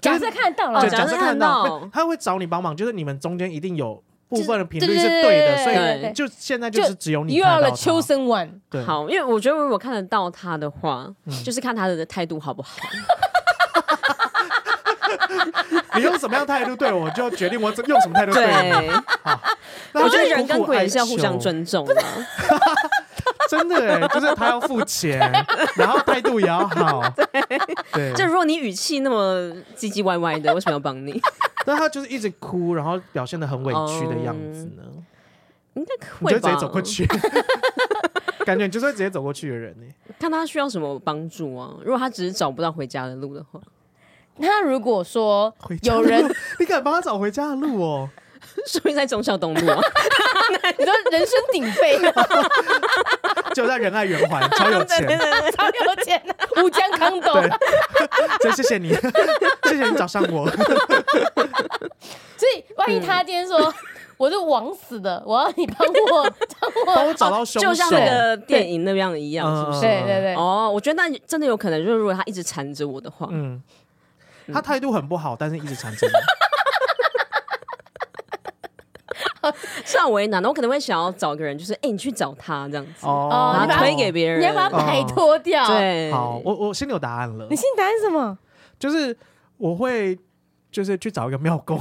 Speaker 2: 假设看得到了，
Speaker 3: 哦
Speaker 1: 就
Speaker 3: 假
Speaker 1: 假
Speaker 3: 设
Speaker 1: 设
Speaker 3: 看
Speaker 1: 看到
Speaker 3: 到
Speaker 1: 没有他会找你帮忙，就是你们中间一定有部
Speaker 2: 就是
Speaker 1: 分的频
Speaker 2: 对
Speaker 1: 率是
Speaker 2: 对
Speaker 1: 对的，
Speaker 2: 对
Speaker 1: 所以
Speaker 2: 对对
Speaker 1: 就现在就是只有你
Speaker 2: 又
Speaker 1: 看
Speaker 2: 要
Speaker 1: 得
Speaker 2: 了
Speaker 1: 到
Speaker 2: 秋
Speaker 1: 他。
Speaker 2: 生丸，
Speaker 1: 对，嗯
Speaker 3: 好，因为我觉得如果看得到他的话，就是看他的态度好不好。
Speaker 1: 你用什么样态度对我，就决定我怎用什么态度
Speaker 3: 对
Speaker 1: 对，你。那
Speaker 3: 我觉
Speaker 1: 就
Speaker 3: 得
Speaker 1: 是
Speaker 3: 人跟
Speaker 1: 苦苦
Speaker 3: 鬼
Speaker 1: 哀
Speaker 3: 是要互相
Speaker 1: 求，
Speaker 3: 尊重啊的。
Speaker 1: 真的哎，就是他要付钱，然后态度也要 好，对，
Speaker 3: 就如果你语气那么唧唧歪歪的，为什么要帮你？
Speaker 1: 但他就是一直哭，然后表现的很委屈的样子呢。你
Speaker 3: 应该嗯会
Speaker 1: 就
Speaker 3: 吧？
Speaker 1: 直接走过 去，感觉你就是会直接走过去的人欸呢、
Speaker 3: 看他需要什么帮助啊。如果他只是找不到回家的路的话，
Speaker 2: 那如果说
Speaker 1: 回家的
Speaker 2: 有
Speaker 1: 路
Speaker 2: 人，
Speaker 1: 你敢帮他找回家的路哦？
Speaker 3: 说明在忠孝 东路啊，
Speaker 2: 你说人声鼎沸，
Speaker 1: 就在仁爱圆环，超有
Speaker 3: 对对
Speaker 1: 钱。
Speaker 3: 对
Speaker 2: 超有钱啊，吴江康斗，
Speaker 1: 对， 真谢谢你， 谢谢你找上 我。
Speaker 2: 所以万一他今天说我是枉死的，我要你帮我帮
Speaker 1: 帮我
Speaker 2: 我，
Speaker 1: 找到凶手。
Speaker 3: 就像那个电影那样一样，是不
Speaker 1: 嗯
Speaker 3: 是？
Speaker 2: 对对对，
Speaker 3: 哦，我觉得那真的有可能，就是如果他一直缠着我的话，
Speaker 1: 嗯，他态度很不好，但是一直缠着你。
Speaker 3: 是很为难的。我可能会想要找个人，就是哎、你去找他这样子，
Speaker 2: 哦
Speaker 3: 然
Speaker 2: 你把
Speaker 3: 后
Speaker 2: 他
Speaker 3: 推给别人，
Speaker 2: 你要把它摆脱
Speaker 1: 哦
Speaker 2: 掉。，
Speaker 3: 对，
Speaker 1: 好，我我心里有答案了
Speaker 2: 你，心里答案是什么？
Speaker 1: 就是我会就是去找一个庙 公，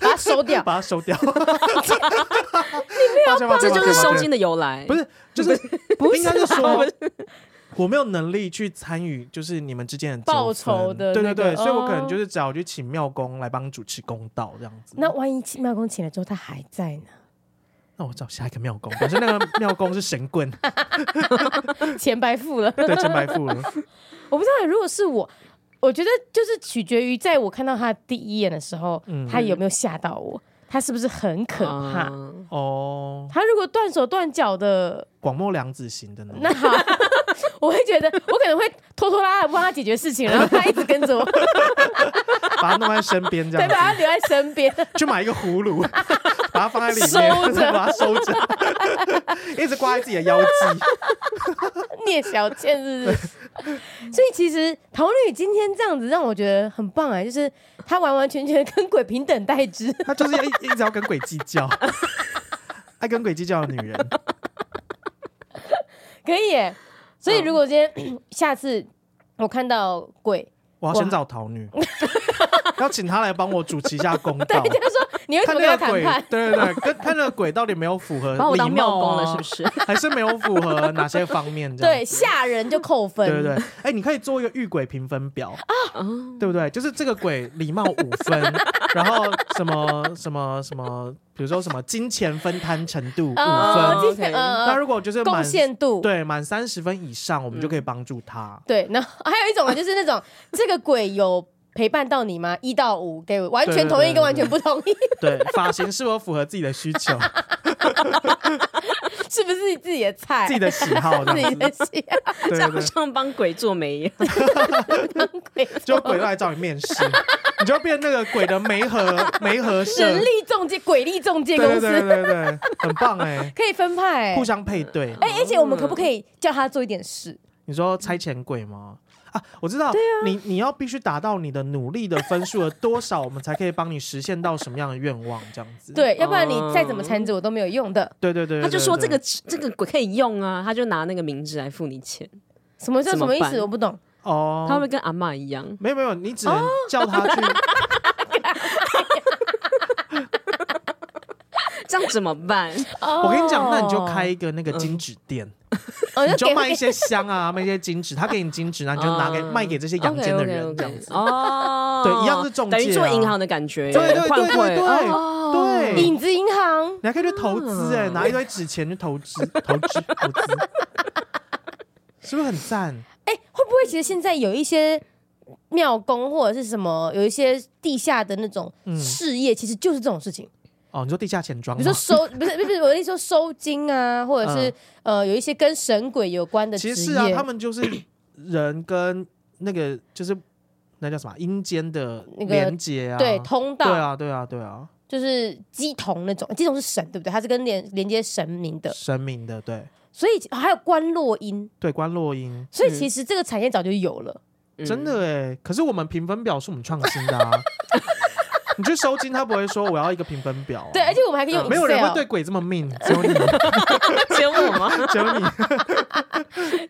Speaker 2: 把它收掉。
Speaker 1: 把它收掉。你没有，
Speaker 3: 这就是收金的由来。
Speaker 1: 哦不是， 就是应该是说。我没有能力去参与，就是你们之间的纠
Speaker 2: 报仇
Speaker 1: 纷
Speaker 2: 的
Speaker 1: 对
Speaker 2: 那
Speaker 1: 对对，
Speaker 2: 个
Speaker 1: 所以我可能
Speaker 2: 哦
Speaker 1: 就是找去请庙公来帮主持公道这样子。
Speaker 2: 那万一妙公请了之后他还在 呢？
Speaker 1: 那我找下一个庙公，反正那个庙公是神 棍，
Speaker 2: 钱白付了。
Speaker 1: 对，陈白富了。
Speaker 2: 我不知道，如果是我，我觉得就是取决于在我看到他第一眼的时候，
Speaker 1: 嗯啊
Speaker 2: 他有没有吓到我，他是不是很可怕？
Speaker 3: 嗯
Speaker 1: 哦，
Speaker 2: 他如果断手断脚的，
Speaker 1: 广末凉子型的呢？
Speaker 2: 那好， 我会觉得我可能会拖拖拉拉地帮他解决事情，然后他一直跟着我，
Speaker 1: 把它弄在身边这
Speaker 2: 对，
Speaker 1: 样
Speaker 2: 把他
Speaker 1: 子，
Speaker 2: 留在身边。
Speaker 1: 就买一个葫芦，把它放在里面，
Speaker 2: 收着
Speaker 1: 把它收着，一直挂在自己的腰际。
Speaker 2: 聂小倩是 不是？所以其实桃女今天这样子让我觉得很棒哎、就是她完完全全跟鬼平等待之，
Speaker 1: 她就是要一一直要跟鬼计较，爱跟鬼计较的女人。
Speaker 2: 可以、欸。所
Speaker 1: 嗯
Speaker 2: 以如果今天、 下次我看到鬼，
Speaker 1: 我要先找桃女，要请她来帮我主持一下公
Speaker 2: 对
Speaker 1: 道，。
Speaker 2: 就是说你会怎
Speaker 1: 看
Speaker 2: 么跟他
Speaker 1: 那个
Speaker 2: 谈
Speaker 1: 鬼
Speaker 2: 判，？
Speaker 1: 对对对，跟看那个鬼到底没有符合
Speaker 3: 把我当
Speaker 1: 礼
Speaker 3: 庙
Speaker 1: 貌
Speaker 3: 公
Speaker 1: 啊
Speaker 3: 了，是 不是？
Speaker 1: 还是没有符合哪些方面？ 这样
Speaker 2: 对，吓人就扣分。
Speaker 1: 对对对，哎、你可以做一个遇鬼评分表啊，对不对？就是这个鬼礼貌五分，然后什么什么什么，比如说什么金钱分摊程度五分，
Speaker 2: 哦，
Speaker 3: 分
Speaker 2: 今天
Speaker 3: OK
Speaker 2: 呃
Speaker 1: 那如果就是
Speaker 2: 贡
Speaker 1: 满
Speaker 2: 献度。嗯
Speaker 1: 对满三十分以上，我们就可以帮助他。
Speaker 2: 对，然后还有一种呢，就是那种这个鬼有陪伴到你吗？一到五给完全同意跟完全不同意，
Speaker 1: 对，发型是否符合自己的需求、
Speaker 2: 是不是自己的菜？啊
Speaker 1: 自己的喜好这
Speaker 2: 自
Speaker 1: 样
Speaker 2: 己
Speaker 1: 子？
Speaker 2: 的喜好
Speaker 1: 对
Speaker 3: 这
Speaker 1: 对
Speaker 3: 样
Speaker 1: 对，
Speaker 3: 像帮鬼做媒一样，
Speaker 2: 当鬼
Speaker 1: 就鬼都来找你面试，你就变那个鬼的媒合媒合社，
Speaker 2: 人力中介、鬼力中介
Speaker 1: 对
Speaker 2: 公
Speaker 1: 对
Speaker 2: 司
Speaker 1: 对对对，很棒 哎、
Speaker 2: 可以分派、
Speaker 1: 互相嗯配对。
Speaker 2: 哎、而且我们可不可以叫他做一点事？
Speaker 1: 你说差遣鬼吗？啊，我知道，对啊，你你要必须达到你的努力的分数的多少，我们才可以帮你实现到什么样的愿望，这样子。
Speaker 2: 对，要不然你
Speaker 3: 嗯
Speaker 2: 再怎么缠着我都没有用的。
Speaker 1: 对对对，对
Speaker 3: 他就
Speaker 1: 对
Speaker 3: 说这
Speaker 1: 对
Speaker 3: 个这个鬼可以用啊，他就拿那个名字来付你钱，
Speaker 2: 什么叫什
Speaker 3: 怎么
Speaker 2: 么意
Speaker 3: 办
Speaker 2: 思？我不懂。
Speaker 3: 他会哦不
Speaker 1: 哦，
Speaker 3: 会跟阿嬷一样？
Speaker 1: 没有没有，你只能叫他去，
Speaker 3: 这样怎么办？
Speaker 2: 哦
Speaker 1: 我跟你讲，那你就开，一个那个金纸店，
Speaker 2: 哦、
Speaker 1: 你就
Speaker 2: 给
Speaker 1: 卖一些香啊，卖一些金纸，他给你金纸，然后你就拿给
Speaker 3: 哦
Speaker 1: 卖给这些阳间的人，
Speaker 3: OK，OK，OK
Speaker 1: 这 样子。
Speaker 3: 哦，
Speaker 1: 对一样是中介啊
Speaker 3: 等于做银行的感觉，
Speaker 1: 对对对
Speaker 3: 换汇
Speaker 1: 对对
Speaker 3: 哦嗯
Speaker 1: 对
Speaker 2: 影子银行。
Speaker 1: 你还可以去投资哎、拿一堆纸钱去投资，投资，投资， 是不是很赞？
Speaker 2: 哎、会不会其实现在有一些庙公或者是什么，有一些地下的那种
Speaker 1: 嗯
Speaker 2: 事业，其实就是这种事情。
Speaker 1: 哦，你说地下钱庄
Speaker 2: 比
Speaker 1: 吗，
Speaker 2: 如说收，不是不是，我的意思说收金啊，或者是、呃，有一些跟神鬼有关的职
Speaker 1: 嗯其
Speaker 2: 业。
Speaker 1: 实是啊，他们就是人跟那个就是那叫什么啊阴间的
Speaker 2: 那个
Speaker 1: 连接啊，
Speaker 2: 对通道
Speaker 1: 对啊，对啊，对啊，
Speaker 2: 就是鸡童那种，鸡童是神对不对？它是跟连连接神明的，
Speaker 1: 神明的对
Speaker 2: 所以、哦还有观落音，
Speaker 1: 对关落音，
Speaker 2: 所以其实这个产业早就有了。
Speaker 1: 哦
Speaker 3: 嗯
Speaker 1: 真的哎，可是我们评分表是我们创新的啊， 你去收金他不会说我要一个评分表啊，
Speaker 2: 对，而且我们还可以用 Excel，
Speaker 1: 没有人会对鬼这么命，只有你，
Speaker 3: 只有我吗？
Speaker 1: 只 有你，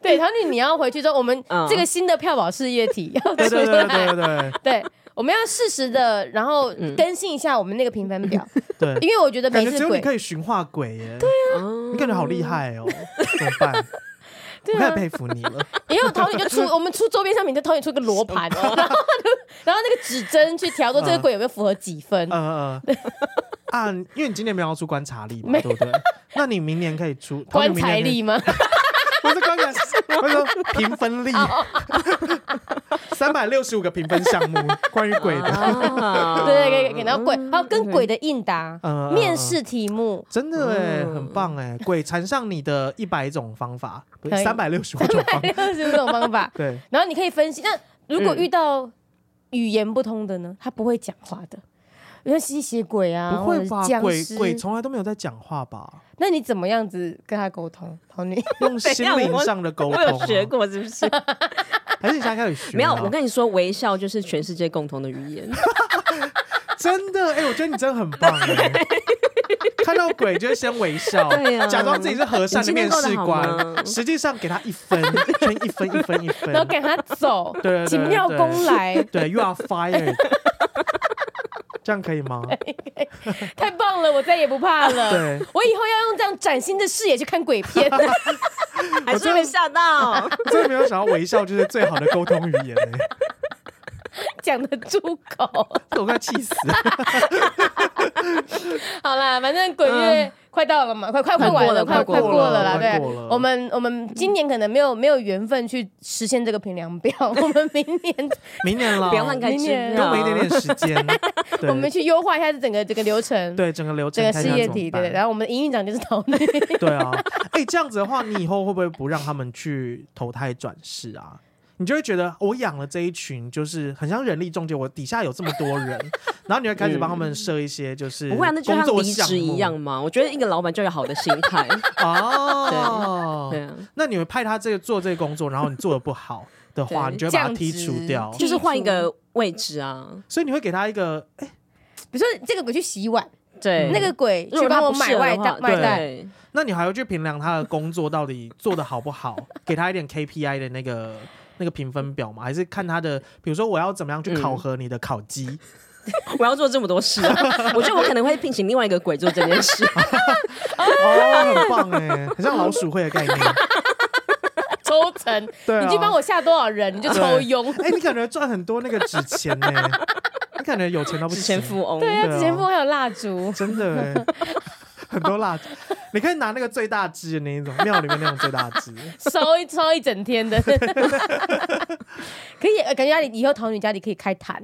Speaker 2: 对，然后你你要回去之后，我们
Speaker 3: 嗯
Speaker 2: 这个新的票宝事业体要
Speaker 1: 对
Speaker 2: 出
Speaker 1: 对对
Speaker 2: 来，
Speaker 1: 对对
Speaker 2: 对，我们要适时的，然后
Speaker 3: 嗯
Speaker 2: 更新一下我们那个评分表，
Speaker 1: 对对，
Speaker 2: 因为我觉得
Speaker 1: 感觉
Speaker 2: 每
Speaker 1: 只
Speaker 2: 次
Speaker 1: 有你
Speaker 2: 鬼，
Speaker 1: 可以驯化鬼耶，对啊，
Speaker 3: 哦
Speaker 1: 你感觉好厉害 哦，怎么办？
Speaker 2: 对
Speaker 1: 我
Speaker 2: 啊
Speaker 1: 太，佩服你了，
Speaker 2: 因为我桃女就出，我们出周边商品就桃女出个罗盘，
Speaker 1: 嗯啊
Speaker 2: 然后就然后那个指针去调说这个鬼有没有符合几分
Speaker 1: 呃，呃呃啊，因为你今年没有要出观察力嘛，
Speaker 2: 没
Speaker 1: 对不对？那你明年可以出桃女
Speaker 2: 棺
Speaker 1: 明
Speaker 2: 材
Speaker 1: 年可以
Speaker 2: 力吗？
Speaker 1: 不是观感，我说评分力， 三百六十五个评分项目，关于鬼的，
Speaker 3: 啊
Speaker 2: 对对，给给到鬼，
Speaker 3: 嗯
Speaker 2: 还有跟鬼的应答、
Speaker 1: 呃
Speaker 2: 面试题目，
Speaker 1: 真的哎，
Speaker 3: 嗯
Speaker 1: 很棒哎，鬼缠上你的一百种方法，不
Speaker 2: 可
Speaker 1: 是
Speaker 2: 以
Speaker 1: 三百六十五种方法，
Speaker 2: 这是这种方法。
Speaker 1: 对，
Speaker 2: 然后你可以分析，那如果
Speaker 3: 嗯
Speaker 2: 遇到语言不通的呢？他不会讲话的，因为吸血鬼啊，
Speaker 1: 不
Speaker 2: 或
Speaker 1: 会
Speaker 2: 者是
Speaker 1: 吧？
Speaker 2: 僵
Speaker 1: 鬼
Speaker 2: 尸，
Speaker 1: 鬼从来都没有在讲话吧？
Speaker 2: 那你怎么样子跟他沟通？桃女，
Speaker 1: 用心灵上的沟
Speaker 3: 我
Speaker 1: 通啊
Speaker 3: 有，学过是不是？
Speaker 1: 还是你现在开始学啊？
Speaker 3: 没有，我跟你说，微笑就是全世界共同的语言。
Speaker 1: 真的哎，我觉得你真的很棒哎。看到鬼就会先微笑，
Speaker 3: 对啊
Speaker 1: 假装自己是和善的
Speaker 3: 你今天
Speaker 1: 面
Speaker 3: 过得
Speaker 1: 试
Speaker 3: 好吗
Speaker 1: 官，实际上给他一分，圈一分一分一分，
Speaker 2: 然后赶他走，
Speaker 1: 对对对
Speaker 2: 请庙 公来，
Speaker 1: 对，You are fired，这样可以吗？
Speaker 2: 太棒了，我再也不怕了。
Speaker 1: 对，
Speaker 2: 我以后要用这样崭新的视野去看鬼片，
Speaker 3: 还是被吓到。
Speaker 1: 真的没有想到微笑就是最好的沟通语言欸
Speaker 2: 讲得出口。
Speaker 1: 我快气死了。
Speaker 2: 好啦，反正鬼月快到了嘛，快快快
Speaker 3: 快
Speaker 2: 完
Speaker 3: 过了
Speaker 2: 快
Speaker 3: 快过
Speaker 2: 过了
Speaker 3: 了
Speaker 2: 啦。对
Speaker 1: 嗯快过了，
Speaker 2: 我们我们今年可能没有没有缘分去实现这个评量表， 我们明年
Speaker 1: 明年了，
Speaker 3: 不要乱开支
Speaker 2: 明年
Speaker 1: 给我
Speaker 3: 票，
Speaker 1: 们一点点时间。对
Speaker 2: 我们去优化一下这整个这个流程，
Speaker 1: 对整个流
Speaker 2: 整
Speaker 1: 程
Speaker 2: 个
Speaker 1: 看
Speaker 2: 事
Speaker 1: 一下
Speaker 2: 业
Speaker 1: 怎么
Speaker 2: 体，对
Speaker 1: 办
Speaker 2: 对。然后我们的营运长就是桃 女，
Speaker 1: 对啊，哎，这样子的话，你以后会不会不让他们去投胎转世啊？你就会觉得我养了这一群，就是很像人力中介，我底下有这么多人，然后你会开始帮他们设一些就是
Speaker 3: 不会啊，那就
Speaker 1: 工
Speaker 3: 像
Speaker 1: 作
Speaker 3: 离
Speaker 1: 项
Speaker 3: 职一
Speaker 1: 目
Speaker 3: 样嘛。我觉得一个老板就有好的心态，
Speaker 1: 哦。
Speaker 3: 对啊，
Speaker 1: 那你们派他这个做这个工作，然后你做的不好的话，
Speaker 3: 对
Speaker 1: 你就会把他
Speaker 2: 降
Speaker 1: 剔
Speaker 2: 职
Speaker 1: 除掉。
Speaker 2: 剔
Speaker 3: 就是换一个位置啊。
Speaker 1: 所以你会给他一个，哎
Speaker 2: 比如说这个鬼去洗碗，
Speaker 3: 对，
Speaker 2: 那个鬼
Speaker 3: 嗯如
Speaker 2: 去
Speaker 3: 果他
Speaker 2: 帮我
Speaker 3: 不适
Speaker 2: 买
Speaker 3: 合
Speaker 2: 外
Speaker 3: 的
Speaker 2: 带
Speaker 3: 话，
Speaker 2: 外带，
Speaker 3: 对，
Speaker 1: 那你还要去评量他的工作到底做的好不 好，给他一点 KPI 的那个那个评分表吗？还是看他的，比如说我要怎么样去考核你的烤鸡？
Speaker 3: 我要做这么多事啊。我觉得我可能会聘请另外一个鬼做这件事，
Speaker 1: 哦，很棒哎，很像老鼠会的概念。
Speaker 2: 抽成，
Speaker 1: 对、啊，
Speaker 2: 你去帮。我下多少人，你就抽佣。
Speaker 1: 哎、你感觉赚很多那个纸钱呢、你感觉有钱到不
Speaker 3: 纸
Speaker 1: 行，
Speaker 3: 钱富 翁。
Speaker 2: 对啊，
Speaker 1: 对啊
Speaker 2: 之前不还有蜡 烛，
Speaker 1: 真的哎、很多蜡烛，你可以拿那个最大只的那一种，庙里面那种最大只。
Speaker 2: 烧一烧一整 天的，可以呃感觉家里以后桃女家里可以开坛，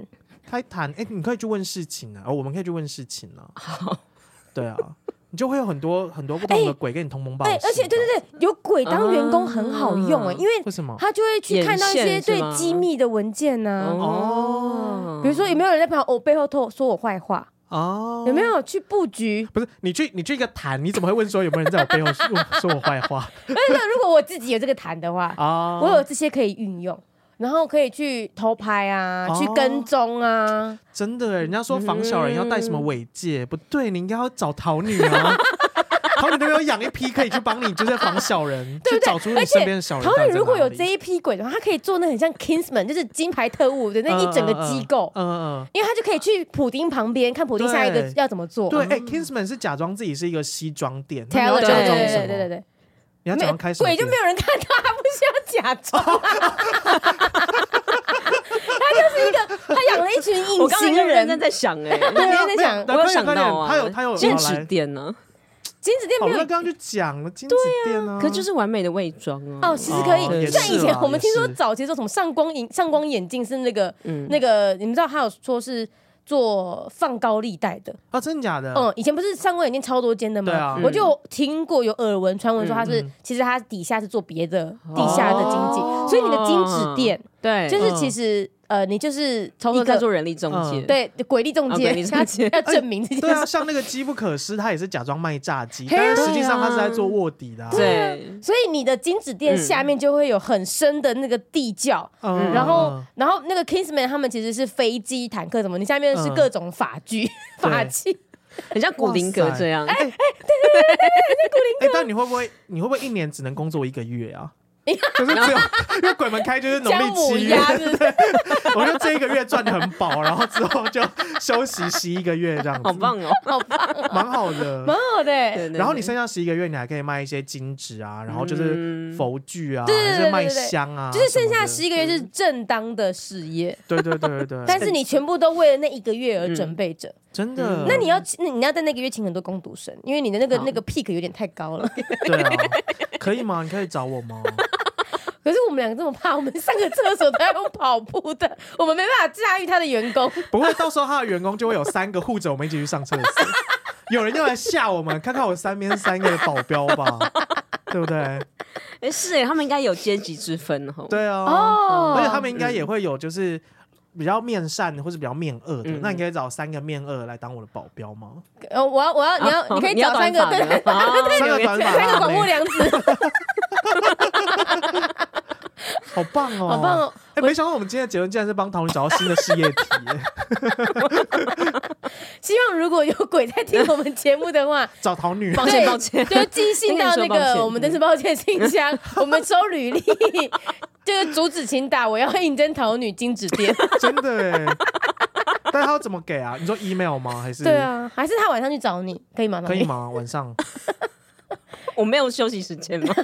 Speaker 1: 开谈，哎、你可以去问事情啊，哦，我们可以去问事情啊。好，对啊，你就会有很多很多不同的鬼跟你通风报嗯信
Speaker 2: 哎
Speaker 1: 啊、，
Speaker 2: 而且对对对，有鬼当员工很好用哎、
Speaker 3: 啊
Speaker 2: 因为
Speaker 1: 为什么？
Speaker 2: 他就会去看到一些
Speaker 3: 眼线是
Speaker 2: 对
Speaker 3: 吗
Speaker 2: 机密的文件呐、
Speaker 1: 哦
Speaker 2: 比如说有没有人在朋友我背后偷说我坏话，
Speaker 1: 哦，
Speaker 2: 有没？有去布局？
Speaker 1: 不是你去你去一个谈，你怎么会问说有没有人在我背后说说我坏话
Speaker 2: 但是如果我自己有这个坛的话，
Speaker 1: 啊？
Speaker 2: 我有这些可以运用。然后可以去偷拍啊，
Speaker 1: 哦
Speaker 2: 去跟踪啊，
Speaker 1: 真的耶，人家说防小人要带什么尾戒，不对，你应该要找桃女 啊。桃女那边有养一批可以去帮你，就是防小人，
Speaker 2: 对
Speaker 1: 去
Speaker 2: 不对
Speaker 1: 找出你身边的小人
Speaker 2: 桃
Speaker 1: 到底在哪里。
Speaker 2: 女如果有这一批鬼的话，她可以做那很像 Kingsman，就是金牌特务的那一整个机构，
Speaker 1: 嗯嗯嗯嗯
Speaker 2: 因为她就可以去普丁旁边看普丁下一个
Speaker 1: 对
Speaker 2: 要怎么做。
Speaker 1: 对，哎、k i n g s m a n 是假装自己是一个西装店，那你
Speaker 2: Taylor，
Speaker 1: 要
Speaker 2: 对
Speaker 1: 假
Speaker 2: 对
Speaker 1: 装什
Speaker 2: 对
Speaker 1: 么？
Speaker 2: 对对对，
Speaker 1: 你要假装开什么
Speaker 2: 鬼
Speaker 1: 店？
Speaker 2: 就没有人看到，他不需要假装， 他就是一个他养了一群
Speaker 3: 我
Speaker 2: 隐
Speaker 3: 刚刚
Speaker 2: 形
Speaker 3: 就认真
Speaker 2: 人。
Speaker 3: 在想哎，
Speaker 2: 对啊
Speaker 1: 没有
Speaker 2: 在想
Speaker 1: 没有欸快
Speaker 3: 我有
Speaker 1: 点
Speaker 3: 想
Speaker 1: 快点
Speaker 3: 到啊
Speaker 1: 他有他有
Speaker 3: 兼
Speaker 1: 有来
Speaker 3: 职店呢，
Speaker 2: 金子店
Speaker 1: 好，
Speaker 2: 没
Speaker 1: 那
Speaker 2: 有
Speaker 1: 刚刚就讲了金子店啊，
Speaker 3: 可就是完美的伪装啊。
Speaker 2: 哦，其实可以
Speaker 1: 哦。
Speaker 3: 也
Speaker 2: 像
Speaker 3: 是
Speaker 2: 以前
Speaker 1: 啦
Speaker 2: 我
Speaker 1: 也
Speaker 2: 们听说
Speaker 1: 是
Speaker 2: 早期说什么上光眼上光眼镜是那个
Speaker 3: 嗯，
Speaker 2: 那个，你们知道他有说是做放高利贷的，
Speaker 1: 啊，真的假的？
Speaker 2: 嗯，以前不是上光眼镜超多间的
Speaker 1: 对
Speaker 2: 吗？
Speaker 1: 啊，
Speaker 2: 我就听过有耳闻传闻说他是
Speaker 1: 嗯嗯，
Speaker 2: 其实他底下是做别的地下的经济，
Speaker 1: 哦
Speaker 2: 所以你的金纸店
Speaker 3: 对，
Speaker 2: 就是
Speaker 1: 嗯
Speaker 2: 其实呃，你就是从
Speaker 3: 一
Speaker 2: 一
Speaker 3: 个在
Speaker 2: 个
Speaker 3: 做人力中介，
Speaker 1: 嗯
Speaker 2: 对哦鬼力中
Speaker 3: 啊
Speaker 2: 介
Speaker 3: 鬼，力中
Speaker 2: 他
Speaker 3: 介
Speaker 2: 要 证明 这
Speaker 1: 对
Speaker 2: 件
Speaker 1: 啊，
Speaker 2: 事。
Speaker 1: 像那个机不可失，他也是假装卖炸鸡，
Speaker 2: 嘿啊
Speaker 1: 但是实际上他是在做卧底的啊。
Speaker 3: 对，
Speaker 2: 所以你的金纸店
Speaker 3: 嗯
Speaker 2: 下面就会有很深的那个地窖，
Speaker 1: 嗯，
Speaker 2: 然后，然后那个 Kingsman 他们其实是飞机、坦克什么，你下面是
Speaker 1: 嗯
Speaker 2: 各种法具、
Speaker 1: 对
Speaker 2: 法器，
Speaker 3: 很像古灵阁这样。
Speaker 1: 哎，但你会不会你会不会一年只能工作一个月 啊？就是只有因为鬼门开就是农
Speaker 2: 姜
Speaker 1: 历
Speaker 2: 母
Speaker 1: 七月，
Speaker 2: 鸭是不是？
Speaker 1: 我就这一个月赚的很饱，然后之后就休息十一个月这样子，
Speaker 3: 好，棒哦！
Speaker 2: 好棒，啊
Speaker 1: 蛮好的。
Speaker 2: 蛮好的欸。
Speaker 3: 对对
Speaker 1: 然后你
Speaker 3: 对
Speaker 1: 剩下十一个月，你还可以卖一些金纸啊，然后就是
Speaker 3: 嗯
Speaker 1: 佛具啊，
Speaker 2: 对对对
Speaker 1: 还
Speaker 2: 对
Speaker 1: 是卖
Speaker 2: 对对
Speaker 1: 香啊，
Speaker 2: 就是剩
Speaker 1: 什么
Speaker 2: 下
Speaker 1: 的
Speaker 2: 十一个月是正当的事业，
Speaker 1: 对对对对对，
Speaker 3: 嗯
Speaker 2: 但是你全部都为了那一个月而准备着，
Speaker 1: 真的。
Speaker 2: 那你要请你要在那个月请很多工读生，因为你的那个
Speaker 3: 嗯好
Speaker 2: 那个 peak 有点太高了。
Speaker 1: 对啊，可以吗？你可以找我吗？
Speaker 2: 可是我们两个这么怕，我们上个厕所都要用跑步的，我们没办法驾驭他的员工。
Speaker 1: 不会，到时候他的员工就会有三个护着我们一起去上厕 所，有人要来吓我们，看看我三边三个的保镖 吧，对不对？
Speaker 3: 哎、是哎，他们应该有阶级之分哦。
Speaker 1: 对啊，
Speaker 2: 哦
Speaker 1: 而且他们应该也会有就是比较面善或是比较面恶的，
Speaker 3: 嗯
Speaker 1: 那你可以找三个面恶来当我的保镖吗？
Speaker 2: 呃，我要我要
Speaker 3: 啊，
Speaker 2: 你要你可以找
Speaker 3: 要
Speaker 2: 三
Speaker 3: 短
Speaker 2: 个
Speaker 3: 发
Speaker 2: 对
Speaker 3: 的，
Speaker 2: 对
Speaker 3: 哦
Speaker 1: 三个短发，
Speaker 2: 哎三个广木良子，
Speaker 1: 好棒哦，
Speaker 2: 好棒！哦！
Speaker 1: 哎，没想到我们今天的结论竟然是帮桃女找到新的事业体，
Speaker 2: 希望如果有鬼在听我们节目的话，
Speaker 1: 找桃女。
Speaker 3: 抱歉抱歉，
Speaker 2: 就寄信到那
Speaker 3: 跟你说
Speaker 2: 个
Speaker 3: 抱歉
Speaker 2: 我们真是抱歉信 箱，我们收履历， 就是阻止请打，我要应征桃女金指店。
Speaker 1: 真的哎。但他要怎么给啊？你说 email 吗？还是
Speaker 2: 对，啊，还是他晚上去找你，可以吗？
Speaker 1: 可以？吗？晚上
Speaker 3: 我没有休息时间吗？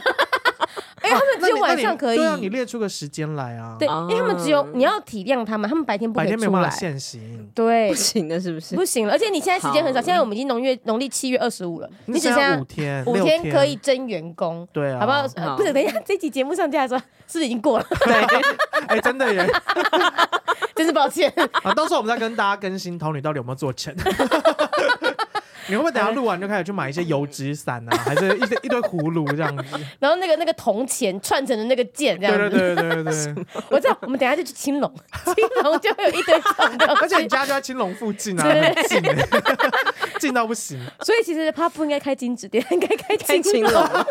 Speaker 2: 哎，他 们
Speaker 1: 那
Speaker 2: 只有
Speaker 1: 你那
Speaker 2: 晚
Speaker 1: 你
Speaker 2: 上可以
Speaker 1: 对。啊，你列出个时间来啊。
Speaker 2: 对，
Speaker 3: 哦
Speaker 2: 因为他们只有你要体谅他们，他们白天不
Speaker 1: 白
Speaker 2: 可以
Speaker 1: 天没有
Speaker 2: 出
Speaker 1: 办
Speaker 2: 来
Speaker 1: 法。现行。
Speaker 2: 对
Speaker 3: 不，行的，是不是？
Speaker 2: 不行了，而且你现在时间很少，
Speaker 3: 好
Speaker 2: 现在我们已经农月农历七月二十五了，你只
Speaker 1: 剩
Speaker 2: 剩
Speaker 1: 下
Speaker 2: 下
Speaker 1: 五天，
Speaker 2: 五
Speaker 1: 六
Speaker 2: 天
Speaker 1: 天
Speaker 2: 可以。征员工，
Speaker 1: 对啊，
Speaker 2: 好不好？呃
Speaker 3: 好
Speaker 2: 不是，等一下这期节目上架的时候，是不是已 经过了？
Speaker 1: 哎，真的耶！
Speaker 2: 真是抱歉。
Speaker 1: 啊，到时候我们再跟大家更新桃女到底有没有做成。 你会不会等一下录完就开始去买一些油纸伞啊，还是一堆一堆葫芦这样子？
Speaker 2: 然后那个那个铜钱串成的那个剑，这样
Speaker 1: 对
Speaker 2: 子。
Speaker 1: 对对对对 对。
Speaker 2: 我知道，我们等一下就去青龙， 青龙就会有一堆这种东西。
Speaker 1: 而且你家就在青龙附近啊，
Speaker 2: 对
Speaker 1: 很近耶，近到不行。
Speaker 2: 所以其实他不应该开金纸店，应该开
Speaker 3: 太
Speaker 2: 青
Speaker 3: 轻了。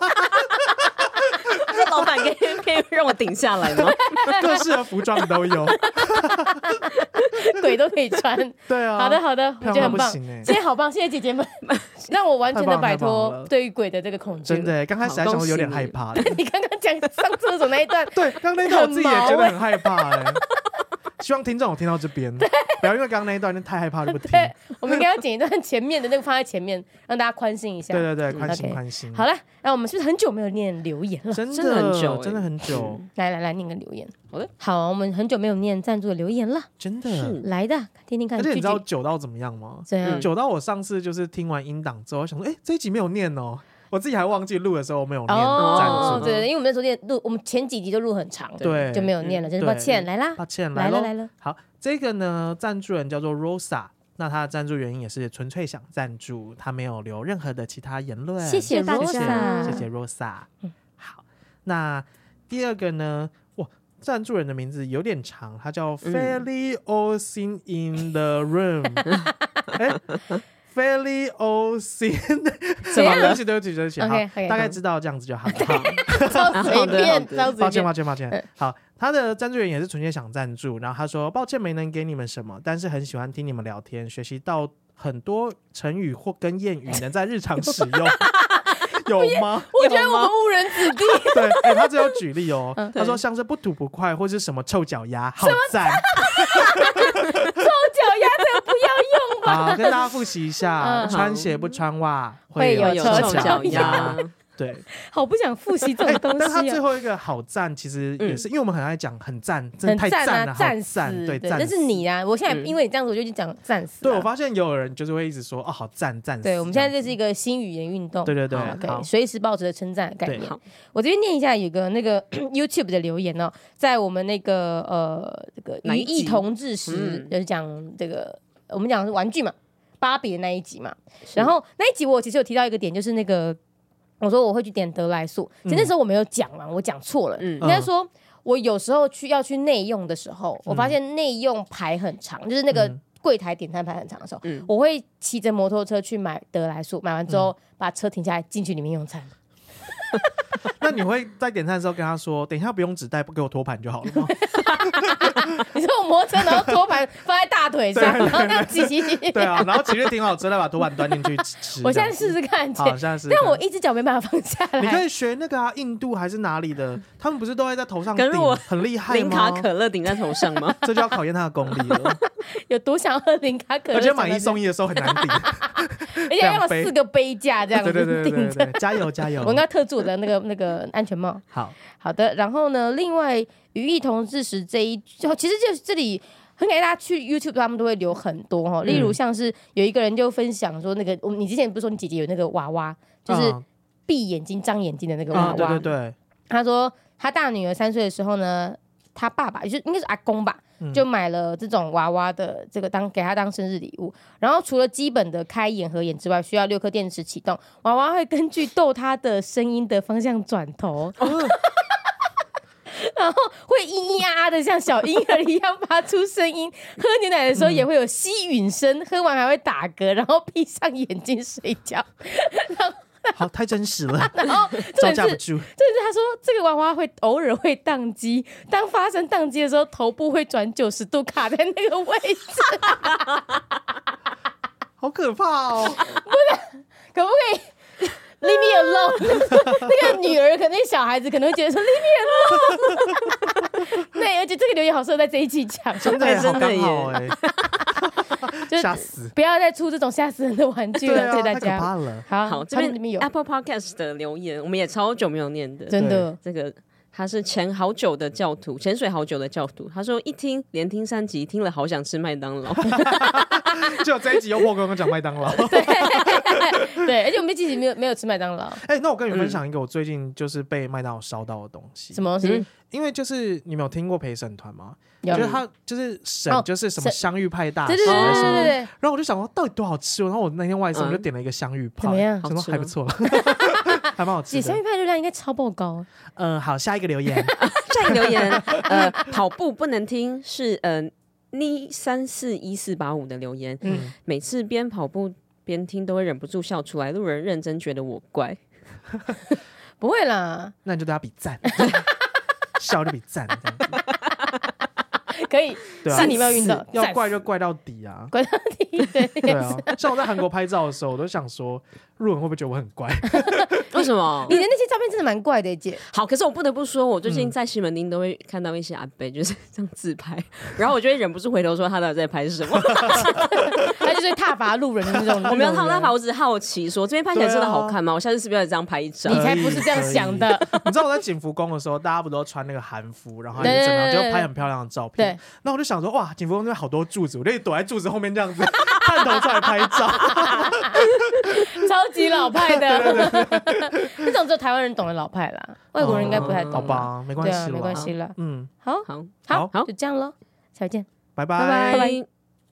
Speaker 3: 这老板可以可以让我顶下来吗？
Speaker 1: 各式的服装都有。
Speaker 2: 鬼都可以穿。
Speaker 1: 对啊，
Speaker 2: 好的，好的，我
Speaker 1: 漂
Speaker 2: 觉得
Speaker 1: 亮
Speaker 2: 很
Speaker 1: 不
Speaker 2: 棒，
Speaker 1: 行哎
Speaker 2: 谢，谢好棒，谢谢姐 姐们，让我完全的摆
Speaker 1: 太棒了
Speaker 2: 脱对于鬼的这个恐惧。
Speaker 1: 真的，耶。刚开始还想说有点害怕的，
Speaker 2: 你刚刚讲上厕所那一段，
Speaker 1: 对，刚刚那一段我自己也觉
Speaker 2: 很毛欸
Speaker 1: 得
Speaker 2: 耶
Speaker 1: 很害怕哎。希望听众有听到这边，不要因为刚刚那一段太害怕就不听。
Speaker 2: 对，我们应该要剪一段前面的那个放在前面，让大家宽心一下。
Speaker 1: 对对对，宽
Speaker 2: OK
Speaker 1: 心宽心。
Speaker 2: 好了，那我们是不是很久没有念留言了？
Speaker 1: 真
Speaker 3: 真的很久欸
Speaker 1: 真的很久，
Speaker 2: 来来来，念个留言。
Speaker 3: 好的，
Speaker 2: 好，我们很久没有念赞助的留言了，
Speaker 1: 真的。
Speaker 3: 是
Speaker 2: 来的，听听看。
Speaker 1: 而且你
Speaker 2: 句
Speaker 1: 知
Speaker 2: 句
Speaker 1: 道久到怎么样吗？
Speaker 2: 怎样
Speaker 3: 嗯？
Speaker 1: 久到我上次就是听完音档之后，想说，哎，这一集没有念哦，我自己还忘记录的时候没有念
Speaker 2: 哦
Speaker 1: 赞，助，
Speaker 2: 对，因为我们那时候念录，我们前几集就录很长，
Speaker 1: 对，
Speaker 2: 就没有念了，真是
Speaker 1: 对
Speaker 2: 抱歉。来啦，
Speaker 1: 抱歉，
Speaker 2: 来了
Speaker 1: 喽
Speaker 2: 来了，
Speaker 1: 好，这个呢，赞助人叫做 Rosa，那他的赞助原因也是纯粹想赞助，他没有留任何的其他言论。
Speaker 2: 谢谢
Speaker 3: 谢谢大家
Speaker 2: Rosa，
Speaker 1: 谢谢 Rosa。好，
Speaker 2: 嗯
Speaker 1: 那第二个呢？哇，赞助人的名字有点长，他叫
Speaker 2: 嗯
Speaker 1: Fairly All Sing in the Room。哎 Fairly All Sing，
Speaker 2: 怎
Speaker 1: 好
Speaker 2: 样
Speaker 1: 对不起，对不起，对不起，好
Speaker 2: OK，OK，
Speaker 1: 大概
Speaker 2: 好
Speaker 1: 知道这样子就好了。 好
Speaker 2: 超随
Speaker 3: 好的好
Speaker 2: 便，
Speaker 3: 的
Speaker 2: 超
Speaker 1: 抱歉，
Speaker 2: 随便。
Speaker 1: 抱歉，抱歉
Speaker 2: 嗯。
Speaker 1: 好，他的赞助人也是纯粹想赞助，然后他说抱歉没能给你们什么，但是很喜欢听你们聊天，学习到很多成语或跟谚语能在日常使 用，有吗？
Speaker 2: 我觉得我们误人子弟，
Speaker 1: 对，哎、他只有举例哦。
Speaker 2: 嗯
Speaker 1: 他说
Speaker 3: 对
Speaker 1: 像是不吐不快或是什么臭脚丫，好赞。
Speaker 2: 我脚丫子不要用吧？
Speaker 1: 好，啊跟大家复习一下：
Speaker 2: 嗯
Speaker 1: 穿鞋不穿袜
Speaker 2: 会有
Speaker 3: 有
Speaker 2: 臭
Speaker 3: 臭脚丫。，
Speaker 1: 对，
Speaker 2: 好不想复习这
Speaker 1: 哎
Speaker 2: 种东
Speaker 1: 但他
Speaker 2: 西
Speaker 1: 最
Speaker 2: 啊。
Speaker 1: 后一个好赞，其实也是、因为我们很爱讲很赞，真的
Speaker 2: 很
Speaker 1: 太
Speaker 2: 赞
Speaker 1: 了，
Speaker 2: 啊，
Speaker 1: 好
Speaker 2: 赞
Speaker 1: 赞，
Speaker 2: 死！
Speaker 1: 对，赞
Speaker 2: 那是
Speaker 1: 死
Speaker 2: 你啊！我现在
Speaker 3: 嗯
Speaker 2: 因为你这样子，我就已经讲赞死
Speaker 1: 对，
Speaker 2: 了
Speaker 1: 我。发现有人就是会一直说哦，好赞赞死这样子。
Speaker 2: 对，我们现在这是一个新语言运动，
Speaker 1: 对对对
Speaker 2: 好
Speaker 1: 好
Speaker 2: ，OK，随时保持着称赞的概
Speaker 1: 对
Speaker 2: 念
Speaker 3: 好。
Speaker 2: 我这边念一下有个那个 YouTube 的留言哦，在我们那个呃这个
Speaker 3: 哪
Speaker 2: 与
Speaker 3: 一集
Speaker 2: 异同志时，
Speaker 3: 嗯
Speaker 2: 就是讲这个我们讲的是玩具嘛，芭比的那一集嘛。然后那一集我其实有提到一个点，就是那个我说我会去点德莱素，其实
Speaker 1: 嗯
Speaker 2: 那时候我没有讲嘛，我讲错了，
Speaker 3: 嗯
Speaker 2: 应该说。我有时候去要去内用的时候，我发现内用排很长，就是那个
Speaker 1: 嗯
Speaker 2: 柜台点餐排很长的时候，
Speaker 3: 嗯
Speaker 2: 我会骑着摩托车去买德莱素，买完之
Speaker 1: 嗯
Speaker 2: 后、把车停下来进去里面用餐。
Speaker 1: 那你会在点餐的时候跟他说，等一下不用纸袋，不给我托盘就好 了吗？
Speaker 2: 你说我摩托车，然后托盘放在大腿上，
Speaker 1: 对对
Speaker 2: 然后这样挤挤 挤。
Speaker 1: 对啊，然后其实挺好吃，再把托盘端进去吃。
Speaker 2: 我
Speaker 1: 这
Speaker 2: 现
Speaker 1: 样
Speaker 2: 在试试看，姐
Speaker 1: 好，现在是。
Speaker 2: 但我一只脚没办法放下
Speaker 1: 你可
Speaker 2: 来。
Speaker 1: 以学那个啊，印度还是哪里 的，他们不是都会在头上
Speaker 3: 可是
Speaker 1: 顶
Speaker 3: 我
Speaker 1: 很厉害
Speaker 3: 零卡
Speaker 1: 吗？
Speaker 3: 可乐顶在头上吗？
Speaker 1: 这就要考验他的功力 了，
Speaker 2: 有多想喝零卡可乐？
Speaker 1: 而且买一
Speaker 2: 一，
Speaker 1: 送一的时候很难 顶。
Speaker 2: 而且要
Speaker 1: 两杯
Speaker 2: 四个杯架这样
Speaker 1: 对对对
Speaker 2: 子
Speaker 1: 对
Speaker 2: 顶
Speaker 1: 对对
Speaker 2: 着。，
Speaker 1: 加油加油
Speaker 2: 我！应该特制我的那个那个安全帽。
Speaker 1: 好，
Speaker 2: 哦好的，然后呢，另外与异同志时这一，就其实就是这里很感谢大家去 YouTube，他们都会留很多哈、哦，
Speaker 1: 嗯
Speaker 2: 例如像是有一个人就分享说那个，我你之前不是说你姐姐有那个娃娃，就是
Speaker 1: 啊
Speaker 2: 闭眼睛张眼睛的那个娃
Speaker 1: 啊，
Speaker 2: 娃，
Speaker 1: 对对对，
Speaker 2: 他说他大女儿三岁的时候呢，他爸爸也就是应该是阿公吧，
Speaker 1: 嗯
Speaker 2: 就买了这种娃娃的这个当给他当生日礼物。然后除了基本的开眼合眼之外，需要六颗电池启动，娃娃会根据逗它的声音的方向转头。 然后会咿咿呀呀的像小婴儿一样发出声音，喝牛奶的时候也会有吸吮声，喝完还会打嗝，然后闭上眼睛睡觉。
Speaker 1: 好，太真实 了，
Speaker 2: 然后
Speaker 1: 招
Speaker 2: 重
Speaker 1: 架不
Speaker 2: 点是
Speaker 1: 住。
Speaker 2: 但是他说，这个娃娃会偶尔会宕机，当发生宕机的时候，头部会转九十度，卡在那个位置。
Speaker 1: 好可怕哦！
Speaker 2: 可不可以 leave me alone？那 个女儿可能那小孩子可能会觉得说 leave me alone。对，而且这个留言好适合在这一期讲，
Speaker 1: 真的耶
Speaker 3: 哎
Speaker 1: 好
Speaker 3: 真的
Speaker 1: 刚好哎，
Speaker 2: 就是
Speaker 1: 吓死！
Speaker 2: 不要再出这种吓死人的玩具
Speaker 1: 对
Speaker 2: 了，
Speaker 1: 啊，
Speaker 2: 谢谢
Speaker 1: 太
Speaker 2: 大
Speaker 1: 可
Speaker 2: 家。
Speaker 1: 怕了。
Speaker 2: 好，
Speaker 3: 好，这
Speaker 2: 他
Speaker 3: 边啊
Speaker 2: 们里面有
Speaker 3: Apple Podcast 的留言，我们也超久没有念的。
Speaker 2: 真的
Speaker 3: 这个他是潜好久的教徒，潜水好久的教徒。他说一听连听三集，听了好想吃麦当劳。
Speaker 1: 就这一集又破功讲麦当 劳。
Speaker 2: 对，而且我们其实没有没有吃麦当劳，
Speaker 1: 哎，那我跟你们分享一个我最近就是被麦当劳烧到的东西
Speaker 2: 什。么东西
Speaker 3: 嗯？
Speaker 1: 因为就是你们有听过陪审团吗？
Speaker 2: 有
Speaker 1: 就是他就是神
Speaker 2: 哦，
Speaker 1: 就是什么香芋派大
Speaker 2: 对
Speaker 1: 师
Speaker 2: 对对
Speaker 1: 什
Speaker 2: 对
Speaker 1: 么
Speaker 2: 对对，
Speaker 1: 然后我就想说到底多好吃哦，然后我那天外送
Speaker 3: 嗯
Speaker 1: 我就点了一个香芋派，
Speaker 2: 怎么样
Speaker 1: 想说
Speaker 3: 好吃
Speaker 1: 还
Speaker 3: 吗
Speaker 1: 不错， 还蛮好吃
Speaker 2: 姐香
Speaker 1: 的。
Speaker 2: 芋派热量应该超爆高，
Speaker 1: 嗯，好，下一个留言，
Speaker 3: 下一个留言，呃，跑步不能听是呃呢三四一四八五的留言，
Speaker 1: 嗯，
Speaker 3: 每次边跑步边听都会忍不住笑出来，路人认真觉得我怪。
Speaker 2: 不会 啦，
Speaker 1: 那你就对他比 赞，笑就比赞，这样子
Speaker 2: 可以，
Speaker 1: 对啊，
Speaker 2: 是你没有运动，
Speaker 1: 要
Speaker 2: 赞
Speaker 1: 怪就怪到底 啊。
Speaker 2: 怪到底，对，
Speaker 1: 对啊，像我在韩国拍照的时候，我都想说，路人会不会觉得我很怪？
Speaker 3: 为什么
Speaker 2: 你？的那些照片真的蛮怪的， 姐。
Speaker 3: 好，可是我不得不说，我最近在西门町都会看到一些阿伯就是这样自拍，然后我就会忍不住回头说他到底在拍什 么。
Speaker 2: 他就是踏伐路人的那种。
Speaker 3: 我没有
Speaker 2: 那
Speaker 3: 看
Speaker 2: 种
Speaker 3: 到
Speaker 2: 人
Speaker 3: 他吧，我只是好奇说这边拍起来真的好看吗？我下次是不是要这样拍一张
Speaker 2: 你？才不是这样想的。
Speaker 1: 你知道我在景福宫的时候，大家不都穿那个韩服，然后还是怎么样，
Speaker 2: 对对对
Speaker 1: 就
Speaker 2: 对
Speaker 1: 拍很漂亮的照片
Speaker 2: 对。，
Speaker 1: 那我就想说，哇，景福宫那边好多柱子，我就一直躲在柱子后面这样子， 探头出来拍照。
Speaker 2: 超级老 派的， 那种只有台湾人懂的老派啦，外国人应该不太懂。
Speaker 1: 哦好，吧，没关
Speaker 2: 对啊，
Speaker 1: 系，
Speaker 2: 没关。系啦。
Speaker 1: 嗯，
Speaker 2: 好，
Speaker 3: 好，
Speaker 2: 好，
Speaker 3: 好
Speaker 2: 就这样咯，再见。
Speaker 1: 拜
Speaker 2: 拜
Speaker 3: 拜
Speaker 2: 拜
Speaker 3: 拜。